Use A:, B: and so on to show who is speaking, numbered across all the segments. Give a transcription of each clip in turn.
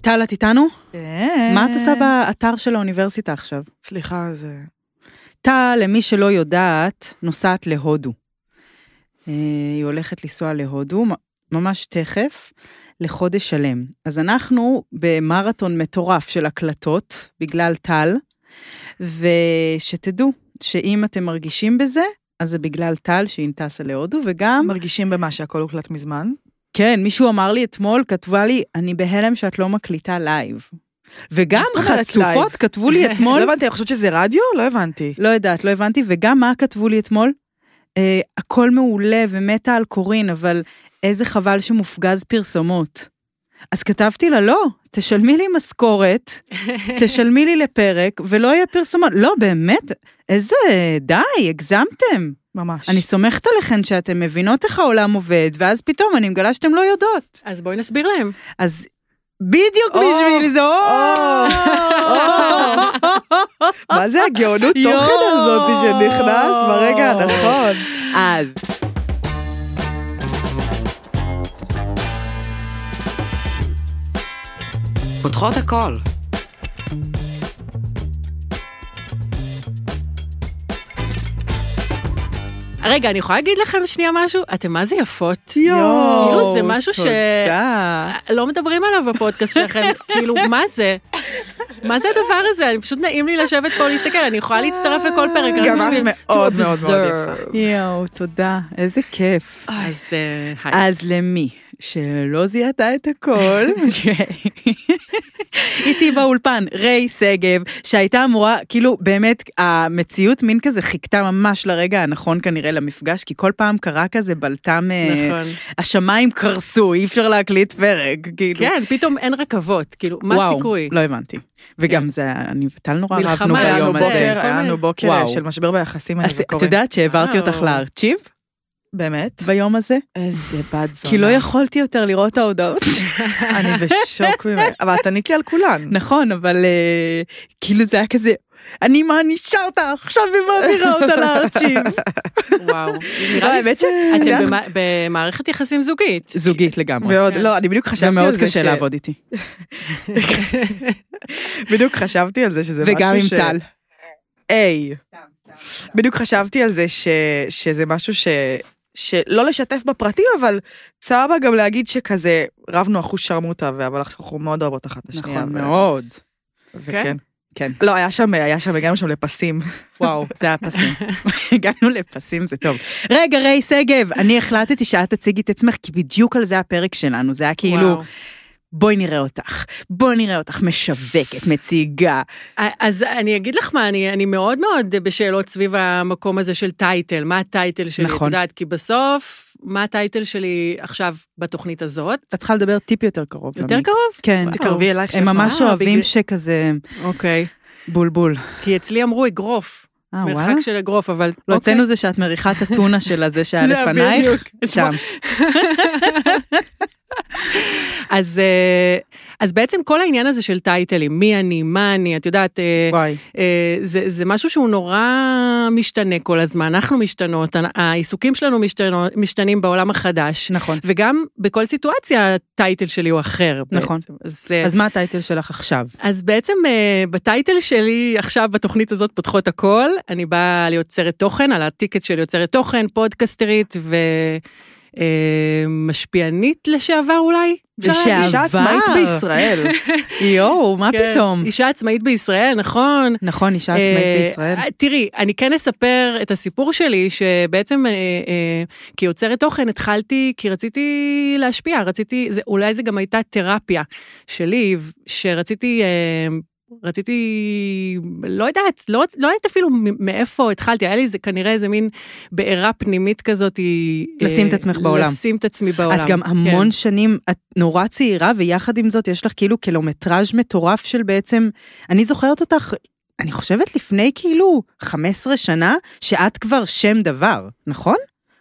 A: טל, את איתנו?
B: כן.
A: מה את עושה באתר של האוניברסיטה עכשיו?
B: סליחה, זה...
A: טל, למי שלא יודעת, נוסעת להודו. אה, היא הולכת לנסוע להודו מ- ממש תכף, לחודש שלם. אז אנחנו במרתון מטורף של הקלטות, בגלל טל, ושתדעו שאם אתם מרגישים בזה, אז זה בגלל טל שהיא טסה להודו, וגם,
B: מרגישים במה שהכל הוקלט מזמן?
A: כן, מישהו אמר לי אתמול, כתבה לי, אני בהלם שאת לא מקליטה לייב. וגם
B: מה זאת אומרת לייב?
A: חצופות כתבו לי
B: לא
A: אתמול,
B: הבנתי, אני חושבת שזה רדיו? לא הבנתי.
A: לא יודעת, לא הבנתי, וגם מה כתבו לי אתמול? אה, הכל מעולה ומתה על קורין, אבל איזה חבל שמופגז פרסומות. אז כתבתי לה, לא, תשלמי לי משכורת, תשלמי לי לפרק, ולא יהיה פרסומות. לא, באמת, איזה, די, הגזמתם.
B: ממש.
A: אני סומכת עליכן שאתן מבינות איך העולם עובד, ואז פתאום אני מגלה שאתן לא יודעות.
C: אז בואי נסביר להם.
A: אז בדיוק
B: או,
A: בשביל זה, או,
B: או. מה זה הגאונות
A: יואו.
B: תוכן הזאת שנכנסת ברגע הנכון?
A: אז.
D: פותחות הכל.
C: רגע, אני יכולה להגיד לכם שנייה משהו? אתם מה זה יפות.
B: יואו,
C: כאילו, זה משהו ש-
A: תודה.
C: לא מדברים עליו בפודקאסט שלכם, כאילו, מה זה? מה זה הדבר הזה? אני פשוט נעים לי לשבת פה להסתכל, אני יכולה להצטרף לכל פרק, רק
B: גם את
C: בשביל to
B: מאוד מאוד מאוד
C: observe.
B: יפה.
A: יואו, תודה, איזה כיף.
C: אז אה, היי.
A: אז למי שלא זיהתה את הכל,
C: אוקיי.
A: איתי באולפן ריי שגב, שהייתה אמורה, כאילו באמת המציאות מין כזה חיכתה ממש לרגע הנכון כנראה למפגש, כי כל פעם קרה כזה בלטם, אה,
C: נכון.
A: השמיים קרסו, אי אפשר להקליט פרק, כאילו.
C: כן, פתאום אין רכבות, כאילו, מה
A: וואו,
C: הסיכוי? כן.
A: לא הבנתי. וגם זה, אני וטל נורא
C: מלחמה
A: רבנו
C: היה
A: ביום
B: לנו
C: זה,
A: הזה.
B: בוקר,
C: כל
B: היה לנו
C: מיני-
B: בוקר
A: וואו.
B: של משבר ביחסים, אני
A: אז את
B: וקורן.
A: יודעת שהעברתי אותך
C: וואו.
A: לארצ'יב
B: באמת?
A: ביום הזה?
B: איזה בת זונה.
A: כי לא יכולתי יותר לראות את ההודעות.
B: אני בשוק ממך. אבל את ענית לי על כולן.
A: נכון, אבל אה, כאילו זה היה כזה, אני מענישה אותה עכשיו ומעבירה אותה לארצ'יב.
C: וואו.
B: לא,
C: נראה לי,
B: האמת ש... את יודעת,
C: אתם במע- במערכת יחסים זוגית.
A: זוגית לגמרי.
B: מאוד,
C: כן.
B: לא, אני בדיוק חשבתי
A: ומאוד
B: על זה
A: קשה לעבוד איתי.
B: בדיוק חשבתי על זה שזה משהו ש...
A: וגם עם טל.
B: היי. בדיוק חשבתי על זה ש... שזה משהו ש... שלא לשתף בפרטים, אבל סבבה גם להגיד שכזה רבנו אחוז שרמוטה, אבל אנחנו מאוד אוהבות אחת את השנייה.
A: נכון
B: ו-
A: מאוד.
B: וכן.
A: כן.
B: לא, היה שם, היה שם, הגענו שם לפסים.
A: וואו, זה היה פסים. הגענו לפסים, זה טוב. רגע, ריי שגב, אני החלטתי שאת תציגי את עצמך, כי בדיוק על זה הפרק שלנו, זה היה כאילו,
C: וואו.
A: בואי נראה אותך, בואי נראה אותך משווקת, מציגה.
C: אז אני אגיד לך מה, אני, אני מאוד מאוד בשאלות סביב המקום הזה של טייטל, מה הטייטל שלי,
A: נכון.
C: את יודעת, כי בסוף, מה הטייטל שלי עכשיו בתוכנית הזאת?
A: את צריכה לדבר טיפ יותר קרוב.
C: יותר
A: למיקרופון.
C: קרוב?
A: כן.
C: וואו.
B: תקרבי אלייך.
A: הם
B: שלך.
A: ממש
C: אה,
A: אוהבים
C: בגלל-
A: שכזה
C: אוקיי.
A: בולבול.
C: כי אצלי אמרו אגרוף,
A: אה, וואלה?
C: מרחק של אגרוף, אבל...
A: לא,
C: אוקיי.
A: אצלנו זה שאת מריחה את הטונה של הזה שהיה
C: לא,
A: לפנייך,
C: בדיוק.
A: שם.
C: אז, אה, אז בעצם כל העניין הזה של טייטלים, מי אני, מה אני, את יודעת, אה,
A: וואי.
C: אה, זה, זה משהו שהוא נורא משתנה כל הזמן, אנחנו משתנות, הנ- העיסוקים שלנו משתנו, משתנים בעולם החדש.
A: נכון.
C: וגם בכל סיטואציה הטייטל שלי הוא אחר.
A: נכון.
C: בעצם. אז, אה,
A: אז מה הטייטל שלך עכשיו?
C: אז בעצם אה, בטייטל שלי עכשיו בתוכנית הזאת פותחות הכל, אני באה ליוצרת תוכן, על הטיקט של יוצרת תוכן, פודקסטרית ומשפיענית לשעבר אולי. אפשר
A: לשעבר.
C: להגיד?
B: אישה עצמאית בישראל.
A: יואו, מה
C: כן,
A: פתאום?
C: אישה עצמאית בישראל, נכון.
A: נכון, אישה עצמאית
C: אה,
A: בישראל.
C: אה, תראי, אני כן אספר את הסיפור שלי, שבעצם אה, אה, כיוצרת תוכן התחלתי, כי רציתי להשפיע, רציתי, זה, אולי זה גם הייתה תרפיה שלי, ו- שרציתי... אה, רציתי, לא יודעת, לא, לא יודעת אפילו מ- מאיפה התחלתי, היה לי איזה, כנראה איזה מין בעירה פנימית כזאת. אה,
A: לשים את עצמך בעולם.
C: לשים את עצמי בעולם. כן.
A: את גם המון שנים, את נורא צעירה, ויחד עם זאת יש לך כאילו קילומטראז' מטורף של בעצם, אני זוכרת אותך, אני חושבת לפני כאילו 15 שנה, שאת כבר שם דבר, נכון?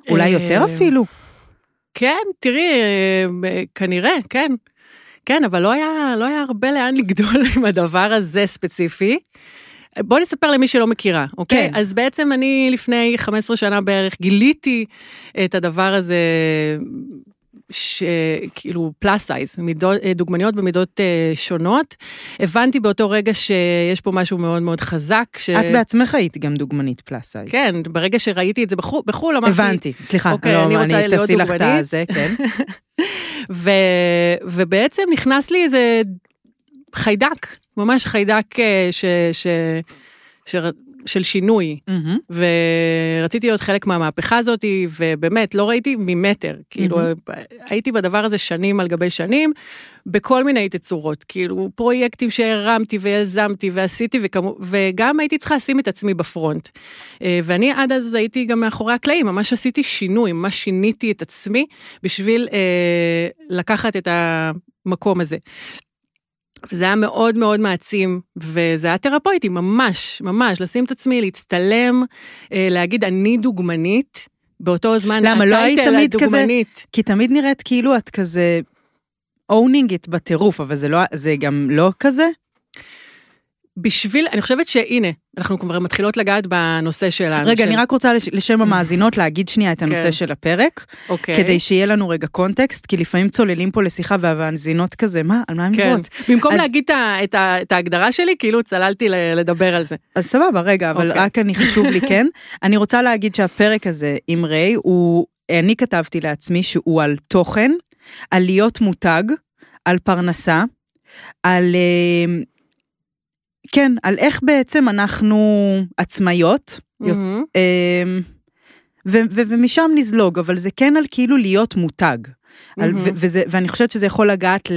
A: אולי יותר
C: אה,
A: אפילו.
C: כן, תראי, אה, אה, כנראה, כן. כן, אבל לא היה, לא היה הרבה לאן לגדול עם הדבר הזה ספציפי. בואי נספר למי שלא מכירה, אוקיי?
A: כן.
C: אז בעצם אני לפני 15 שנה בערך גיליתי את הדבר הזה שכאילו פלאס סייז, דוגמניות במידות אה, שונות. הבנתי באותו רגע שיש פה משהו מאוד מאוד חזק. ש...
A: את בעצמך היית גם דוגמנית פלאס סייז.
C: אה, כן, ברגע שראיתי את זה בחו"ל, בחו"ל אמרתי...
A: הבנתי, סליחה,
C: אוקיי,
A: לא,
C: אני
A: אני
C: רוצה להיות
A: תעשי לך את
C: דוגמנית.
A: הזה, כן.
C: ו... ובעצם נכנס לי איזה חיידק, ממש חיידק אה, ש... ש... ש... של שינוי.
A: מהמם.
C: ורציתי להיות חלק מהמהפכה הזאת, ובאמת, לא ראיתי ממטר. כאילו, הייתי בדבר הזה שנים על גבי שנים, בכל מיני תצורות. כאילו, פרויקטים שהרמתי ויזמתי ועשיתי, וכמו, וגם הייתי צריכה לשים את עצמי בפרונט. אה, ואני עד אז הייתי גם מאחורי הקלעים, ממש עשיתי שינוי, ממש שיניתי את עצמי בשביל אה, לקחת את המקום הזה. זה היה מאוד מאוד מעצים, וזה היה תרפויטי, ממש, ממש, לשים את עצמי, להצטלם, אה, להגיד אני דוגמנית, באותו זמן,
A: למה, לא היית
C: הטייטל
A: תמיד כזה?
C: הדוגמנית.
A: כי תמיד נראית כאילו את כזה אונינג it בטירוף, אבל זה, לא, זה גם לא כזה.
C: בשביל, אני חושבת שהנה, אנחנו כבר מתחילות לגעת בנושא שלנו.
A: רגע,
C: של-
A: אני רק רוצה לש- לשם המאזינות להגיד שנייה את הנושא
C: כן.
A: של הפרק,
C: אוקיי.
A: כדי שיהיה לנו רגע קונטקסט, כי לפעמים צוללים פה לשיחה והמאזינות כזה, מה, על מה הן
C: כן,
A: מדברות?
C: במקום
A: אז-
C: להגיד את ה- את ה- את ההגדרה שלי, כאילו צללתי ל- לדבר על זה.
A: אז סבבה, רגע, אבל
C: אוקיי.
A: רק אני חשוב לי, כן? אני רוצה להגיד שהפרק הזה עם ריי, הוא, אני כתבתי לעצמי שהוא על תוכן, על להיות מותג, על פרנסה, על... אה, כן, על איך בעצם אנחנו עצמאיות, יוצ-
C: מהמם.
A: אמ, ו- ו- ומשם נזלוג, אבל זה כן על כאילו להיות מותג. על, ו-
C: מהמם.
A: וזה, ואני חושבת שזה יכול לגעת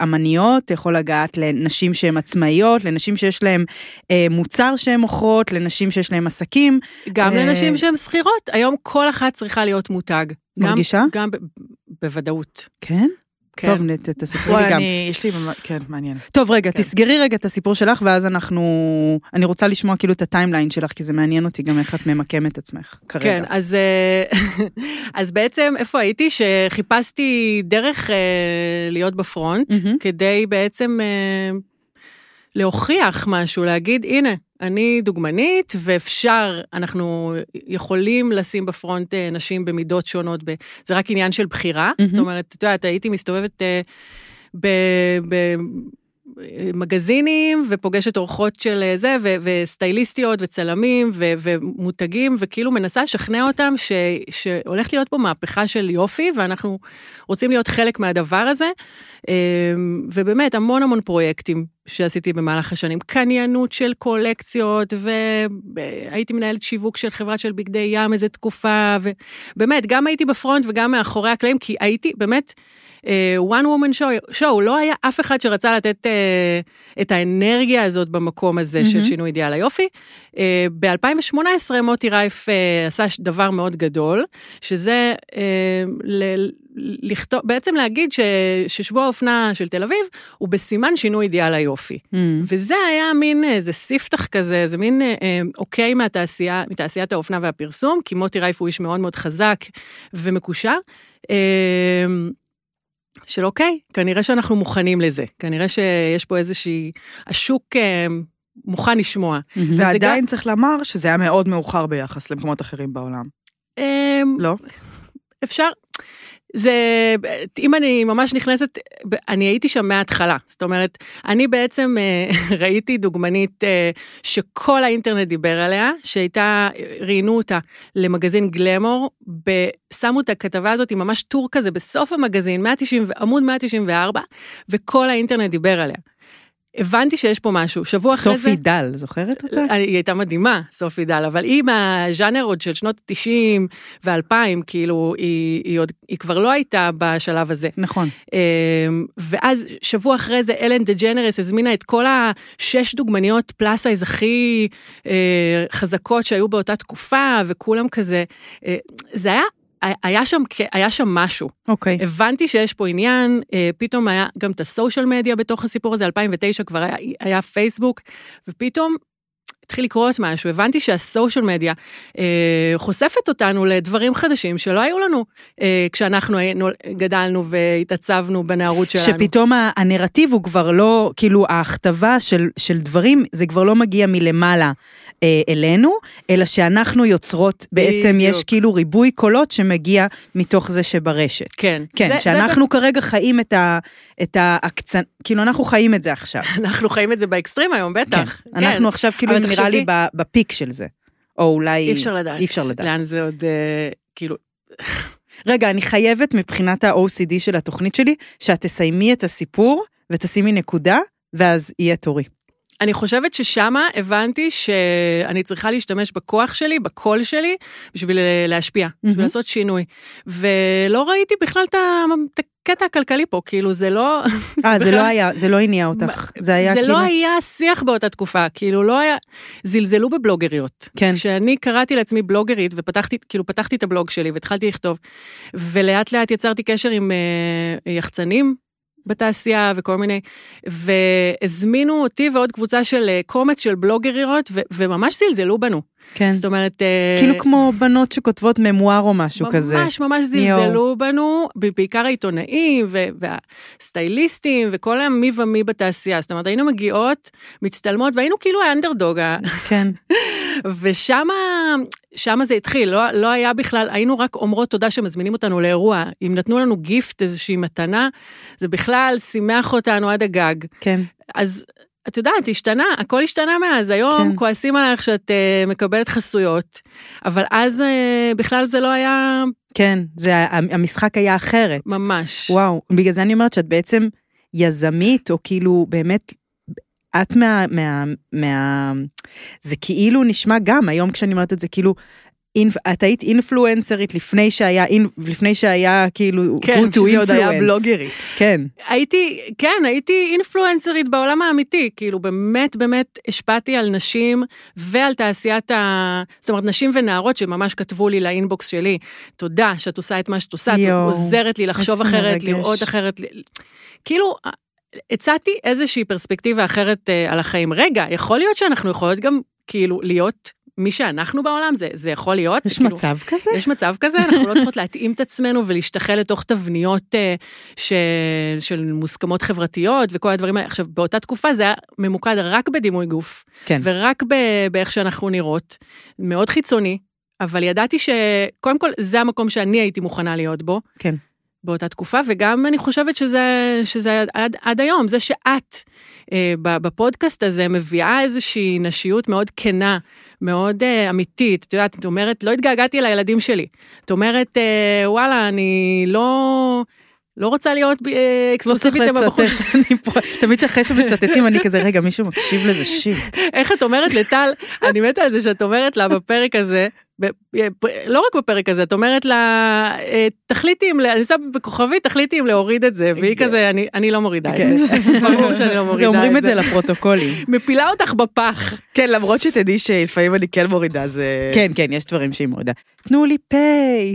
A: לאמניות, יכול לגעת לנשים שהן עצמאיות, לנשים שיש להן אה, מוצר שהן מוכרות, לנשים שיש להן עסקים.
C: גם
A: אה,
C: לנשים שהן שכירות, היום כל אחת צריכה להיות מותג. גם-
A: מרגישה?
C: גם ב- בוודאות.
A: כן?
C: כן.
A: טוב, נת, תספרי לי
B: וואי,
A: גם.
B: אני, יש לי, ממש- כן, מעניין.
A: טוב, רגע,
C: כן.
A: תסגרי רגע את הסיפור שלך, ואז אנחנו... אני רוצה לשמוע כאילו את הטיימליין שלך, כי זה מעניין אותי גם איך את ממקמת עצמך כרגע.
C: כן, אז, אה, אז בעצם איפה הייתי? שחיפשתי דרך אה, להיות בפרונט,
A: מהמם.
C: כדי בעצם אה, להוכיח משהו, להגיד, הנה, אני דוגמנית, ואפשר, אנחנו יכולים לשים בפרונט אה, נשים במידות שונות, ב... זה רק עניין של בחירה.
A: מהמם.
C: זאת אומרת, את יודעת, הייתי מסתובבת אה, ב... ב... מגזינים, ופוגשת אורחות של אה, זה, ו- וסטייליסטיות, וצלמים, ו- ומותגים, וכאילו מנסה לשכנע אותם ש- שהולכת להיות פה מהפכה של יופי, ואנחנו רוצים להיות חלק מהדבר הזה. אה, ובאמת, המון המון פרויקטים שעשיתי במהלך השנים. קניינות של קולקציות, והייתי מנהלת שיווק של חברה של בגדי ים איזה תקופה, ובאמת, גם הייתי בפרונט וגם מאחורי הקלעים, כי הייתי באמת... אה, one woman show, show, לא היה אף אחד שרצה לתת אה, את האנרגיה הזאת במקום הזה
A: מהמם.
C: של שינוי אידיאל היופי. אה, ב-2018 מוטי רייף אה, עשה ש- דבר מאוד גדול, שזה אה, ל- לכתוב, בעצם להגיד ש, ששבוע האופנה של תל אביב הוא בסימן שינוי אידיאל היופי.
A: מהמם.
C: וזה היה מין איזה ספתח כזה, איזה מין אה, אה, אוקיי מהתעשייה, מתעשיית האופנה והפרסום, כי מוטי רייף הוא איש מאוד מאוד חזק ומקושר. אה, של אוקיי, כנראה שאנחנו מוכנים לזה, כנראה שיש פה איזושהי, השוק אה, מוכן לשמוע.
A: מהמם.
B: ועדיין צריך לומר שזה היה מאוד מאוחר ביחס למקומות אחרים בעולם.
C: אה,
B: לא?
C: אפשר. זה, אם אני ממש נכנסת, אני הייתי שם מההתחלה. זאת אומרת, אני בעצם אה, ראיתי דוגמנית אה, שכל האינטרנט דיבר עליה, שהייתה, ראיינו אותה למגזין גלמור, ב- שמו את הכתבה הזאת עם ממש טור כזה בסוף המגזין, 190, ו- עמוד 194, וכל האינטרנט דיבר עליה. הבנתי שיש פה משהו. שבוע אחרי זה...
A: סופי דל, זוכרת אותה?
C: אני- היא הייתה מדהימה, סופי דל, אבל היא מהז'אנר עוד של שנות ה-90 ו-2000, כאילו, היא, היא, עוד, היא כבר לא הייתה בשלב הזה.
A: נכון.
C: אמ, ואז שבוע אחרי זה אלן דה ג'נרס הזמינה את כל השש דוגמניות פלאס סייז הכי אה, חזקות שהיו באותה תקופה, וכולם כזה, אה, זה היה, היה שם, כ- היה שם משהו.
A: אוקיי.
C: הבנתי שיש פה עניין, אה, פתאום היה גם את הסושיאל מדיה בתוך הסיפור הזה, 2009 כבר היה, היה פייסבוק, ופתאום התחיל לקרות משהו, הבנתי שהסושיאל מדיה אה, חושפת אותנו לדברים חדשים שלא היו לנו אה, כשאנחנו היינו, גדלנו והתעצבנו בנערות שלנו.
A: שפתאום ה- הנרטיב הוא כבר לא, כאילו ההכתבה של, של דברים, זה כבר לא מגיע מלמעלה אה, אלינו, אלא שאנחנו יוצרות, בעצם
C: בדיוק.
A: יש כאילו ריבוי קולות שמגיע מתוך זה שברשת.
C: כן.
A: כן,
C: זה-
A: זה,
C: זה
A: שאנחנו זה... כרגע חיים את, ה, את ההקצנ... כאילו, אנחנו חיים את זה עכשיו.
C: אנחנו חיים את זה באקסטרים היום, בטח.
A: כן. אנחנו עכשיו כאילו,
C: אבל
A: נראה
C: תחשבי-
A: לי, ב- בפיק של זה. או אולי...
C: אי אפשר לדעת.
A: אי אפשר לדעת.
C: לאן זה עוד, אה, כאילו,
A: רגע, אני חייבת מבחינת ה-OCD של התוכנית שלי, שאת תסיימי את הסיפור ותשימי נקודה, ואז יהיה תורי.
C: אני חושבת ששמה הבנתי שאני צריכה להשתמש בכוח שלי, בקול שלי, בשביל אה, להשפיע, mm-hmm. בשביל לעשות שינוי. ולא ראיתי בכלל את ה- את הקטע הכלכלי פה, כאילו זה לא,
A: אה, זה
C: בכלל-
A: לא היה, זה לא הניע אותך. זה היה
C: זה
A: כאילו...
C: לא היה שיח באותה תקופה, כאילו לא היה, זלזלו בבלוגריות.
A: כן.
C: כשאני קראתי לעצמי בלוגרית ופתחתי, כאילו פתחתי את הבלוג שלי והתחלתי לכתוב, ולאט לאט יצרתי קשר עם אה, יחצנים בתעשייה וכל מיני, והזמינו אותי ועוד קבוצה של אה, קומץ של בלוגריות, ו- וממש זלזלו בנו.
A: כן.
C: זאת אומרת... אה,
A: כאילו כמו בנות שכותבות ממואר או משהו כזה.
C: ממש ממש זלזלו בנו, ב- בעיקר העיתונאים ו- והסטייליסטים וכל המי ומי בתעשייה. זאת אומרת, היינו מגיעות, מצטלמות, והיינו כאילו האנדרדוג, ה-
A: כן.
C: ושמה... שמה זה התחיל, לא, לא היה בכלל, היינו רק אומרות תודה שמזמינים אותנו לאירוע. אם נתנו לנו גיפט, איזושהי מתנה, זה בכלל שימח אותנו עד הגג.
A: כן.
C: אז את יודעת, השתנה, הכל השתנה מאז. היום
A: כן.
C: כן. כועסים עלייך שאת uh, מקבלת חסויות, אבל אז uh, בכלל זה לא היה
A: כן. זה, ה- המשחק היה אחרת.
C: ממש.
A: וואו. בגלל זה אני אומרת שאת בעצם יזמית, או כאילו באמת... את מה, מה, מה... זה כאילו נשמע גם, היום כשאני אומרת את זה, כאילו, אינפ, את היית אינפלואנסרית לפני שהיה, אינ, לפני שהיה כאילו,
C: כן,
A: who to
B: זה עוד היה
A: influence.
B: בלוגרית.
A: כן,
C: הייתי, כן, הייתי אינפלואנסרית בעולם האמיתי, כאילו באמת באמת השפעתי על נשים ועל תעשיית ה... זאת אומרת, נשים ונערות שממש כתבו לי לאינבוקס שלי, תודה שאת עושה את מה שאת עושה, את
A: יואו,
C: עוזרת לי לחשוב
A: איזה
C: אחרת,
A: מרגש.
C: לראות אחרת. ל- כאילו, הצעתי איזושהי פרספקטיבה אחרת אה, על החיים. רגע, יכול להיות שאנחנו יכולות גם, כאילו, להיות מי שאנחנו בעולם, זה, זה יכול להיות. זה
A: יש
C: כאילו,
A: מצב כזה?
C: יש מצב כזה, אנחנו לא צריכות להתאים את עצמנו ולהשתחל לתוך תבניות אה, ש... של מוסכמות חברתיות וכל הדברים האלה. עכשיו, באותה תקופה זה היה ממוקד רק בדימוי גוף,
A: כן.
C: ורק ב... באיך שאנחנו נראות, מאוד חיצוני, אבל ידעתי שקודם כל, זה המקום שאני הייתי מוכנה להיות בו.
A: כן.
C: באותה תקופה, וגם אני חושבת שזה, שזה עד, עד היום, זה שאת אה, ב- בפודקאסט הזה מביאה איזושהי נשיות מאוד כנה, מאוד אה, אמיתית. את יודעת, את אומרת, לא התגעגעתי לילדים שלי. את אומרת, אה, וואלה, אני לא, לא רוצה להיות ב- אה,
A: לא צריך
C: אקסקלוסיבית עם הבחור.
A: לצטט, אני פה, תמיד שאחרי שמצטטים אני כזה, רגע, מישהו מקשיב לזה שיט.
C: איך את אומרת לטל, אני מתה על זה שאת אומרת לה בפרק הזה, ב- אה, פ- לא רק בפרק הזה, את אומרת לה, אה, תחליטי אם, ל- אני שמה בכוכבית, תחליטי אם להוריד את זה, והיא כזה, "אני- אני לא מורידה את
A: כן.
C: זה. ברור שאני לא
A: זה
C: מורידה
A: אומרים את זה לפרוטוקולים.
C: מפילה אותך בפח.
B: כן, למרות שתדעי שלפעמים אני כן מורידה, זה...
A: כן, כן, יש דברים שהיא מורידה. תנו לי פיי,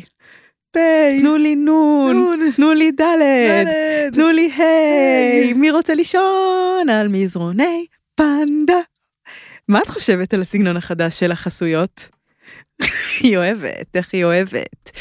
B: פיי,
A: תנו לי נון,
B: נון,
A: תנו לי
B: כן.
A: דלת,
B: ילד.
A: תנו לי היי, מי רוצה לישון על מזרוני פנדה. מה את חושבת על הסגנון החדש של החסויות? היא אוהבת, איך היא אוהבת.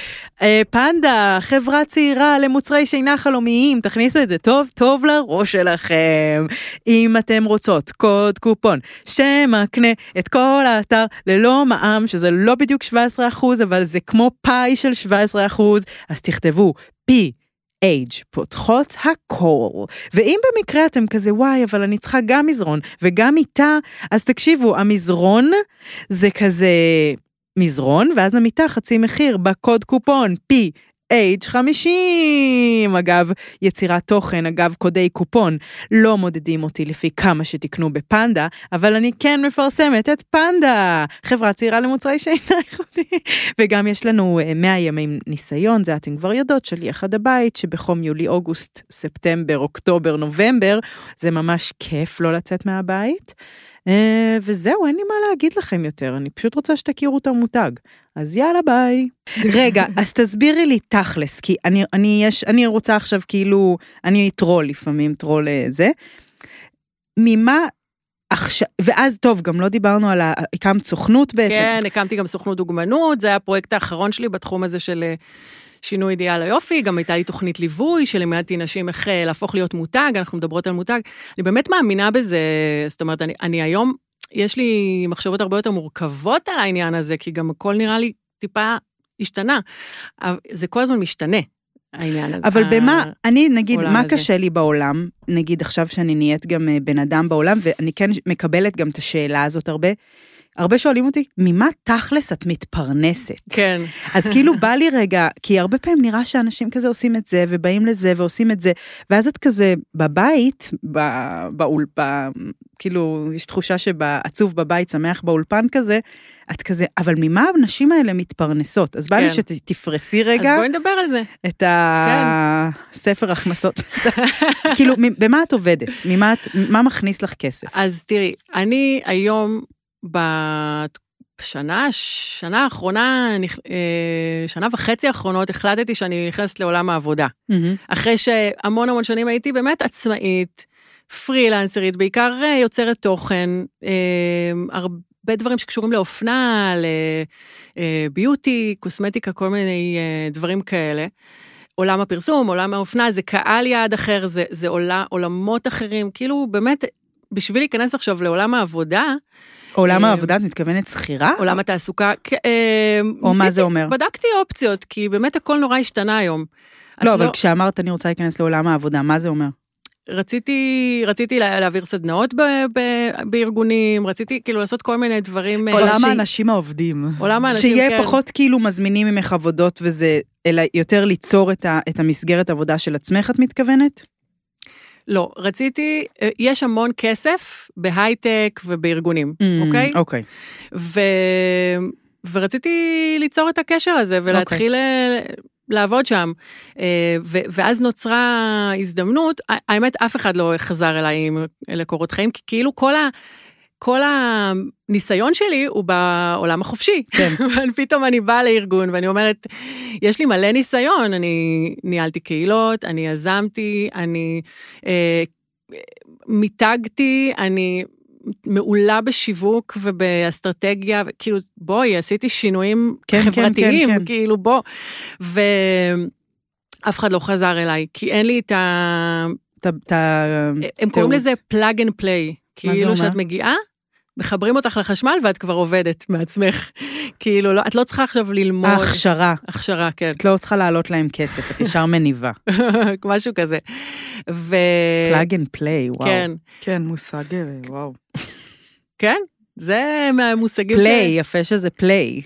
A: אה, פנדה, חברה צעירה למוצרי שינה חלומיים, תכניסו את זה טוב טוב לראש שלכם. אם אתם רוצות קוד קופון שמקנה את כל האתר ללא מע"מ, שזה לא בדיוק 17%, אבל זה כמו פאי של 17%, אז תכתבו פי. אייג' פותחות הכל. ואם במקרה אתם כזה, וואי, אבל אני צריכה גם מזרון וגם מיטה, אז תקשיבו, המזרון זה כזה מזרון, ואז המיטה חצי מחיר בקוד קופון פי. H50, אגב, יצירת תוכן, אגב, קודי קופון. לא מודדים אותי לפי כמה שתקנו בפנדה, אבל אני כן מפרסמת את פנדה, חברה צעירה למוצרי שינה איכותי. וגם יש לנו אה, 100 ימים ניסיון, זה אתם כבר יודעות, שליח עד הבית, שבחום יולי, אוגוסט, ספטמבר, אוקטובר, נובמבר, זה ממש כיף לא לצאת מהבית. אה, וזהו, אין לי מה להגיד לכם יותר, אני פשוט רוצה שתכירו את המותג. אז יאללה ביי. רגע, אז תסבירי לי תכלס, כי אני, אני, יש, אני רוצה עכשיו כאילו, אני טרול לפעמים, טרול אה, זה. ממה עכשיו, ואז, טוב, גם לא דיברנו על ה... הקמת סוכנות בעצם.
C: כן, הקמתי גם סוכנות דוגמנות, זה היה הפרויקט האחרון שלי בתחום הזה של אה, שינוי אידיאל היופי, גם הייתה לי תוכנית ליווי שלימדתי נשים איך אה, להפוך להיות מותג, אנחנו מדברות על מותג. אני באמת מאמינה בזה, זאת אומרת, אני, אני היום, יש לי מחשבות הרבה יותר מורכבות על העניין הזה, כי גם הכל נראה לי טיפה השתנה. אבל זה כל הזמן משתנה, העניין הזה.
A: אבל במה, אני נגיד,
C: אה, העולם
A: מה
C: הזה.
A: קשה לי בעולם, נגיד עכשיו שאני נהיית גם אה, בן אדם בעולם, ואני כן מקבלת גם את השאלה הזאת הרבה, הרבה שואלים אותי, ממה תכלס את מתפרנסת?
C: כן.
A: אז כאילו בא לי רגע, כי הרבה פעמים נראה שאנשים כזה עושים את זה, ובאים לזה, ועושים את זה, ואז את כזה בבית, ב- באול, ב, כאילו, יש תחושה שבעצוב בבית, שמח באולפן כזה, את כזה, אבל ממה הנשים האלה מתפרנסות? אז בא לי
C: כן.
A: שתפרסי
C: אז
A: רגע.
C: בואי נדבר על זה.
A: את הספר הכנסות.
C: כן.
A: כאילו, מ- במה את עובדת? ממה את, מה מכניס לך כסף?
C: אז תראי, אני היום, בשנה, שנה האחרונה, נכ- אה, שנה וחצי האחרונות, החלטתי שאני נכנסת לעולם העבודה. אחרי שהמון המון שנים הייתי באמת עצמאית, פרילנסרית, בעיקר אה, יוצרת תוכן, אה, הרבה דברים שקשורים לאופנה, לביוטי, קוסמטיקה, כל מיני אה, דברים כאלה. עולם הפרסום, עולם האופנה, זה קהל יעד אחר, זה, זה עולה, עולמות אחרים, כאילו באמת, בשביל להיכנס עכשיו לעולם העבודה,
A: עולם
C: אה,
A: העבודה, את מתכוונת שכירה?
C: עולם התעסוקה, כ- אה,
A: או מה
C: ניסיתי-
A: זה אומר?
C: בדקתי אופציות, כי באמת הכל נורא השתנה היום. את
A: לא, אבל כשאמרת אני רוצה להיכנס לעולם העבודה, מה זה אומר?
C: רציתי, רציתי לה- להעביר סדנאות ב, ב, בארגונים, רציתי כאילו לעשות כל מיני דברים. אה,
B: עולם
C: ש-
B: האנשים העובדים.
C: עולם האנשים,
A: שיהיה
C: כן.
A: פחות כאילו מזמינים ממך עבודות וזה, אלא יותר ליצור את ה- את המסגרת עבודה של עצמך, את מתכוונת?
C: לא, רציתי, אה, יש המון כסף בהייטק ובארגונים, אוקיי?
A: אוקיי.
C: ו, ורציתי ליצור את הקשר הזה ולהתחיל okay. לעבוד שם. אה, ו, ואז נוצרה הזדמנות, ה- האמת, אף אחד לא חזר אליי עם אלה קורות חיים, כי כאילו כל ה... כל הניסיון שלי הוא בעולם החופשי.
A: כן.
C: פתאום אני באה לארגון ואני אומרת, יש לי מלא ניסיון, אני ניהלתי קהילות, אני יזמתי, אני אה, מיתגתי, אני מעולה בשיווק ובאסטרטגיה, כאילו, בואי, עשיתי שינויים
A: כן, כן,
C: חברתיים,
A: כן, כן.
C: כאילו, בוא. ואף אחד לא חזר אליי, כי אין לי את ה...
A: ת- ת-
C: הם קוראים
A: תיעוד.
C: לזה פלאג אנד פליי.
A: מה זה
C: כאילו
A: אומר?
C: שאת מגיעה, מחברים אותך לחשמל ואת כבר עובדת מעצמך. כאילו, לא, את לא צריכה עכשיו ללמוד.
A: ההכשרה.
C: הכשרה, כן,
A: את לא צריכה להעלות להם כסף, את ישר מניבה.
C: משהו כזה. ו...
A: פלאג אנד פליי, וואו.
C: כן.
B: כן, מושג, אה, וואו.
C: כן, זה מהמושגים
A: פליי, יפה שזה פליי.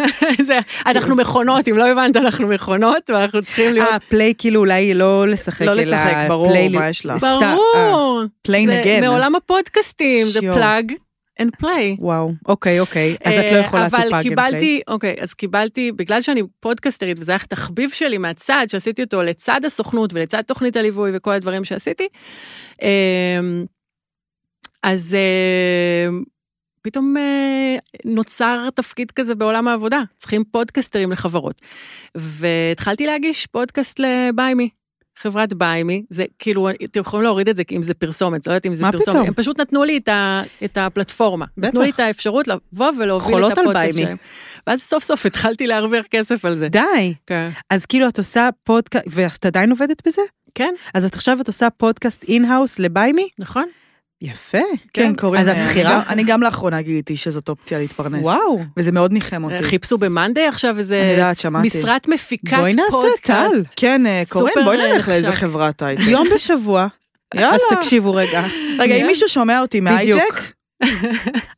C: זה, אנחנו מכונות, אם לא הבנת, אנחנו מכונות, ואנחנו צריכים להיות...
A: כן. אה, פליי כאילו אולי לא לשחק,
B: לא
A: אלא...
B: לשחק, ברור,
A: play
B: מה
A: ל-
B: יש לך?
A: סת- אה,
C: ברור.
B: פליין
C: זה
B: אגן.
C: מעולם הפודקאסטים, זה
A: שיו.
C: פלאג אנד פליי.
A: וואו, אוקיי, אוקיי, אז את לא יכולה טיפה
C: אה, אבל
A: גיימפליי.
C: קיבלתי, אוקיי, אז קיבלתי, בגלל שאני פודקסטרית, וזה היה תחביב שלי מהצד, שעשיתי אותו לצד הסוכנות ולצד תוכנית הליווי וכל הדברים שעשיתי, אמ, אז אמ, פתאום אה, נוצר תפקיד כזה בעולם העבודה, צריכים פודקסטרים לחברות. והתחלתי להגיש פודקאסט לביימי. חברת ביימי, זה כאילו, אתם יכולים להוריד את זה, אם זה פרסומת, לא יודעת אם זה
A: מה
C: פרסומת.
A: פתאום?
C: הם פשוט נתנו לי את, ה, את הפלטפורמה.
A: בטח.
C: נתנו לי את האפשרות לבוא ולהוביל
A: חולות
C: את
A: על
C: הפודקאסט
A: ביימי.
C: שלהם. ואז סוף סוף התחלתי להרוויח כסף על זה.
A: די.
C: כן.
A: אז כאילו את עושה פודקאסט, ואת עדיין עובדת בזה?
C: כן,
A: אז את עכשיו את עושה פודקאסט אין-האוס לביימי?
C: נכון.
A: יפה.
B: כן, קוראים... לא.
A: אז את
B: אה,
A: שכירה?
B: גם- אני גם לאחרונה גיליתי שזאת אופציה להתפרנס.
A: וואו. אה,
B: וזה מאוד ניחם אותי.
C: חיפשו במאנדיי עכשיו
B: אני
C: איזה
B: יודעת, שמעתי.
C: משרת מפיקת
A: בואי נעשה,
C: פודקאסט.
B: כן, אה, קורין,
C: סופר,
B: בואי
C: אה,
B: נלך לאיזה
C: נחשק.
B: חברת הייטק.
A: יום בשבוע.
B: יאללה.
A: אז תקשיבו רגע.
B: רגע, אם
C: כן.
B: מישהו שומע אותי מהייטק,
A: בדיוק.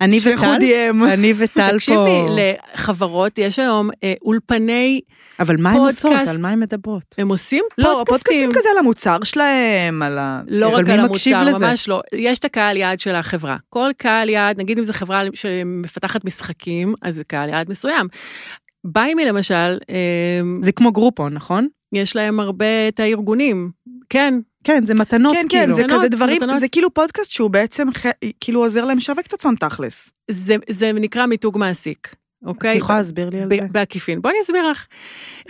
A: אני
B: שלחו
A: וטל,
B: DM.
A: אני וטל
C: תקשיבי,
A: פה.
C: לחברות יש היום אה, אולפני,
A: אבל מה הן עושות?
C: פודקאסט.
A: על מה הן מדברות?
C: הם עושים
B: לא,
C: פודקאסטים.
B: הפודקאסטים כזה על המוצר שלהם, על ה... כן.
C: לא
A: אבל
C: רק
A: מי
C: על
A: מקשיב
C: המוצר,
A: לזה?
C: ממש לא. יש את הקהל יעד של החברה. כל קהל יעד, נגיד אם זו חברה שמפתחת משחקים, אז זה קהל יעד מסוים. ביימי למשל, אה,
A: זה כמו גרופון, נכון?
C: יש להם הרבה את הארגונים. כן,
A: כן, זה מתנות,
B: כן,
A: כאילו.
B: כן, זה
C: מתנות,
B: כזה דברים,
C: מתנות.
B: זה כאילו פודקאסט שהוא בעצם ח- כאילו עוזר להם לשווק את עצמם תכלס.
C: זה, זה נקרא מיתוג מעסיק, אוקיי?
A: את יכולה להסביר לי על
C: ב-
A: זה?
C: בעקיפין. בואי אני אסביר לך.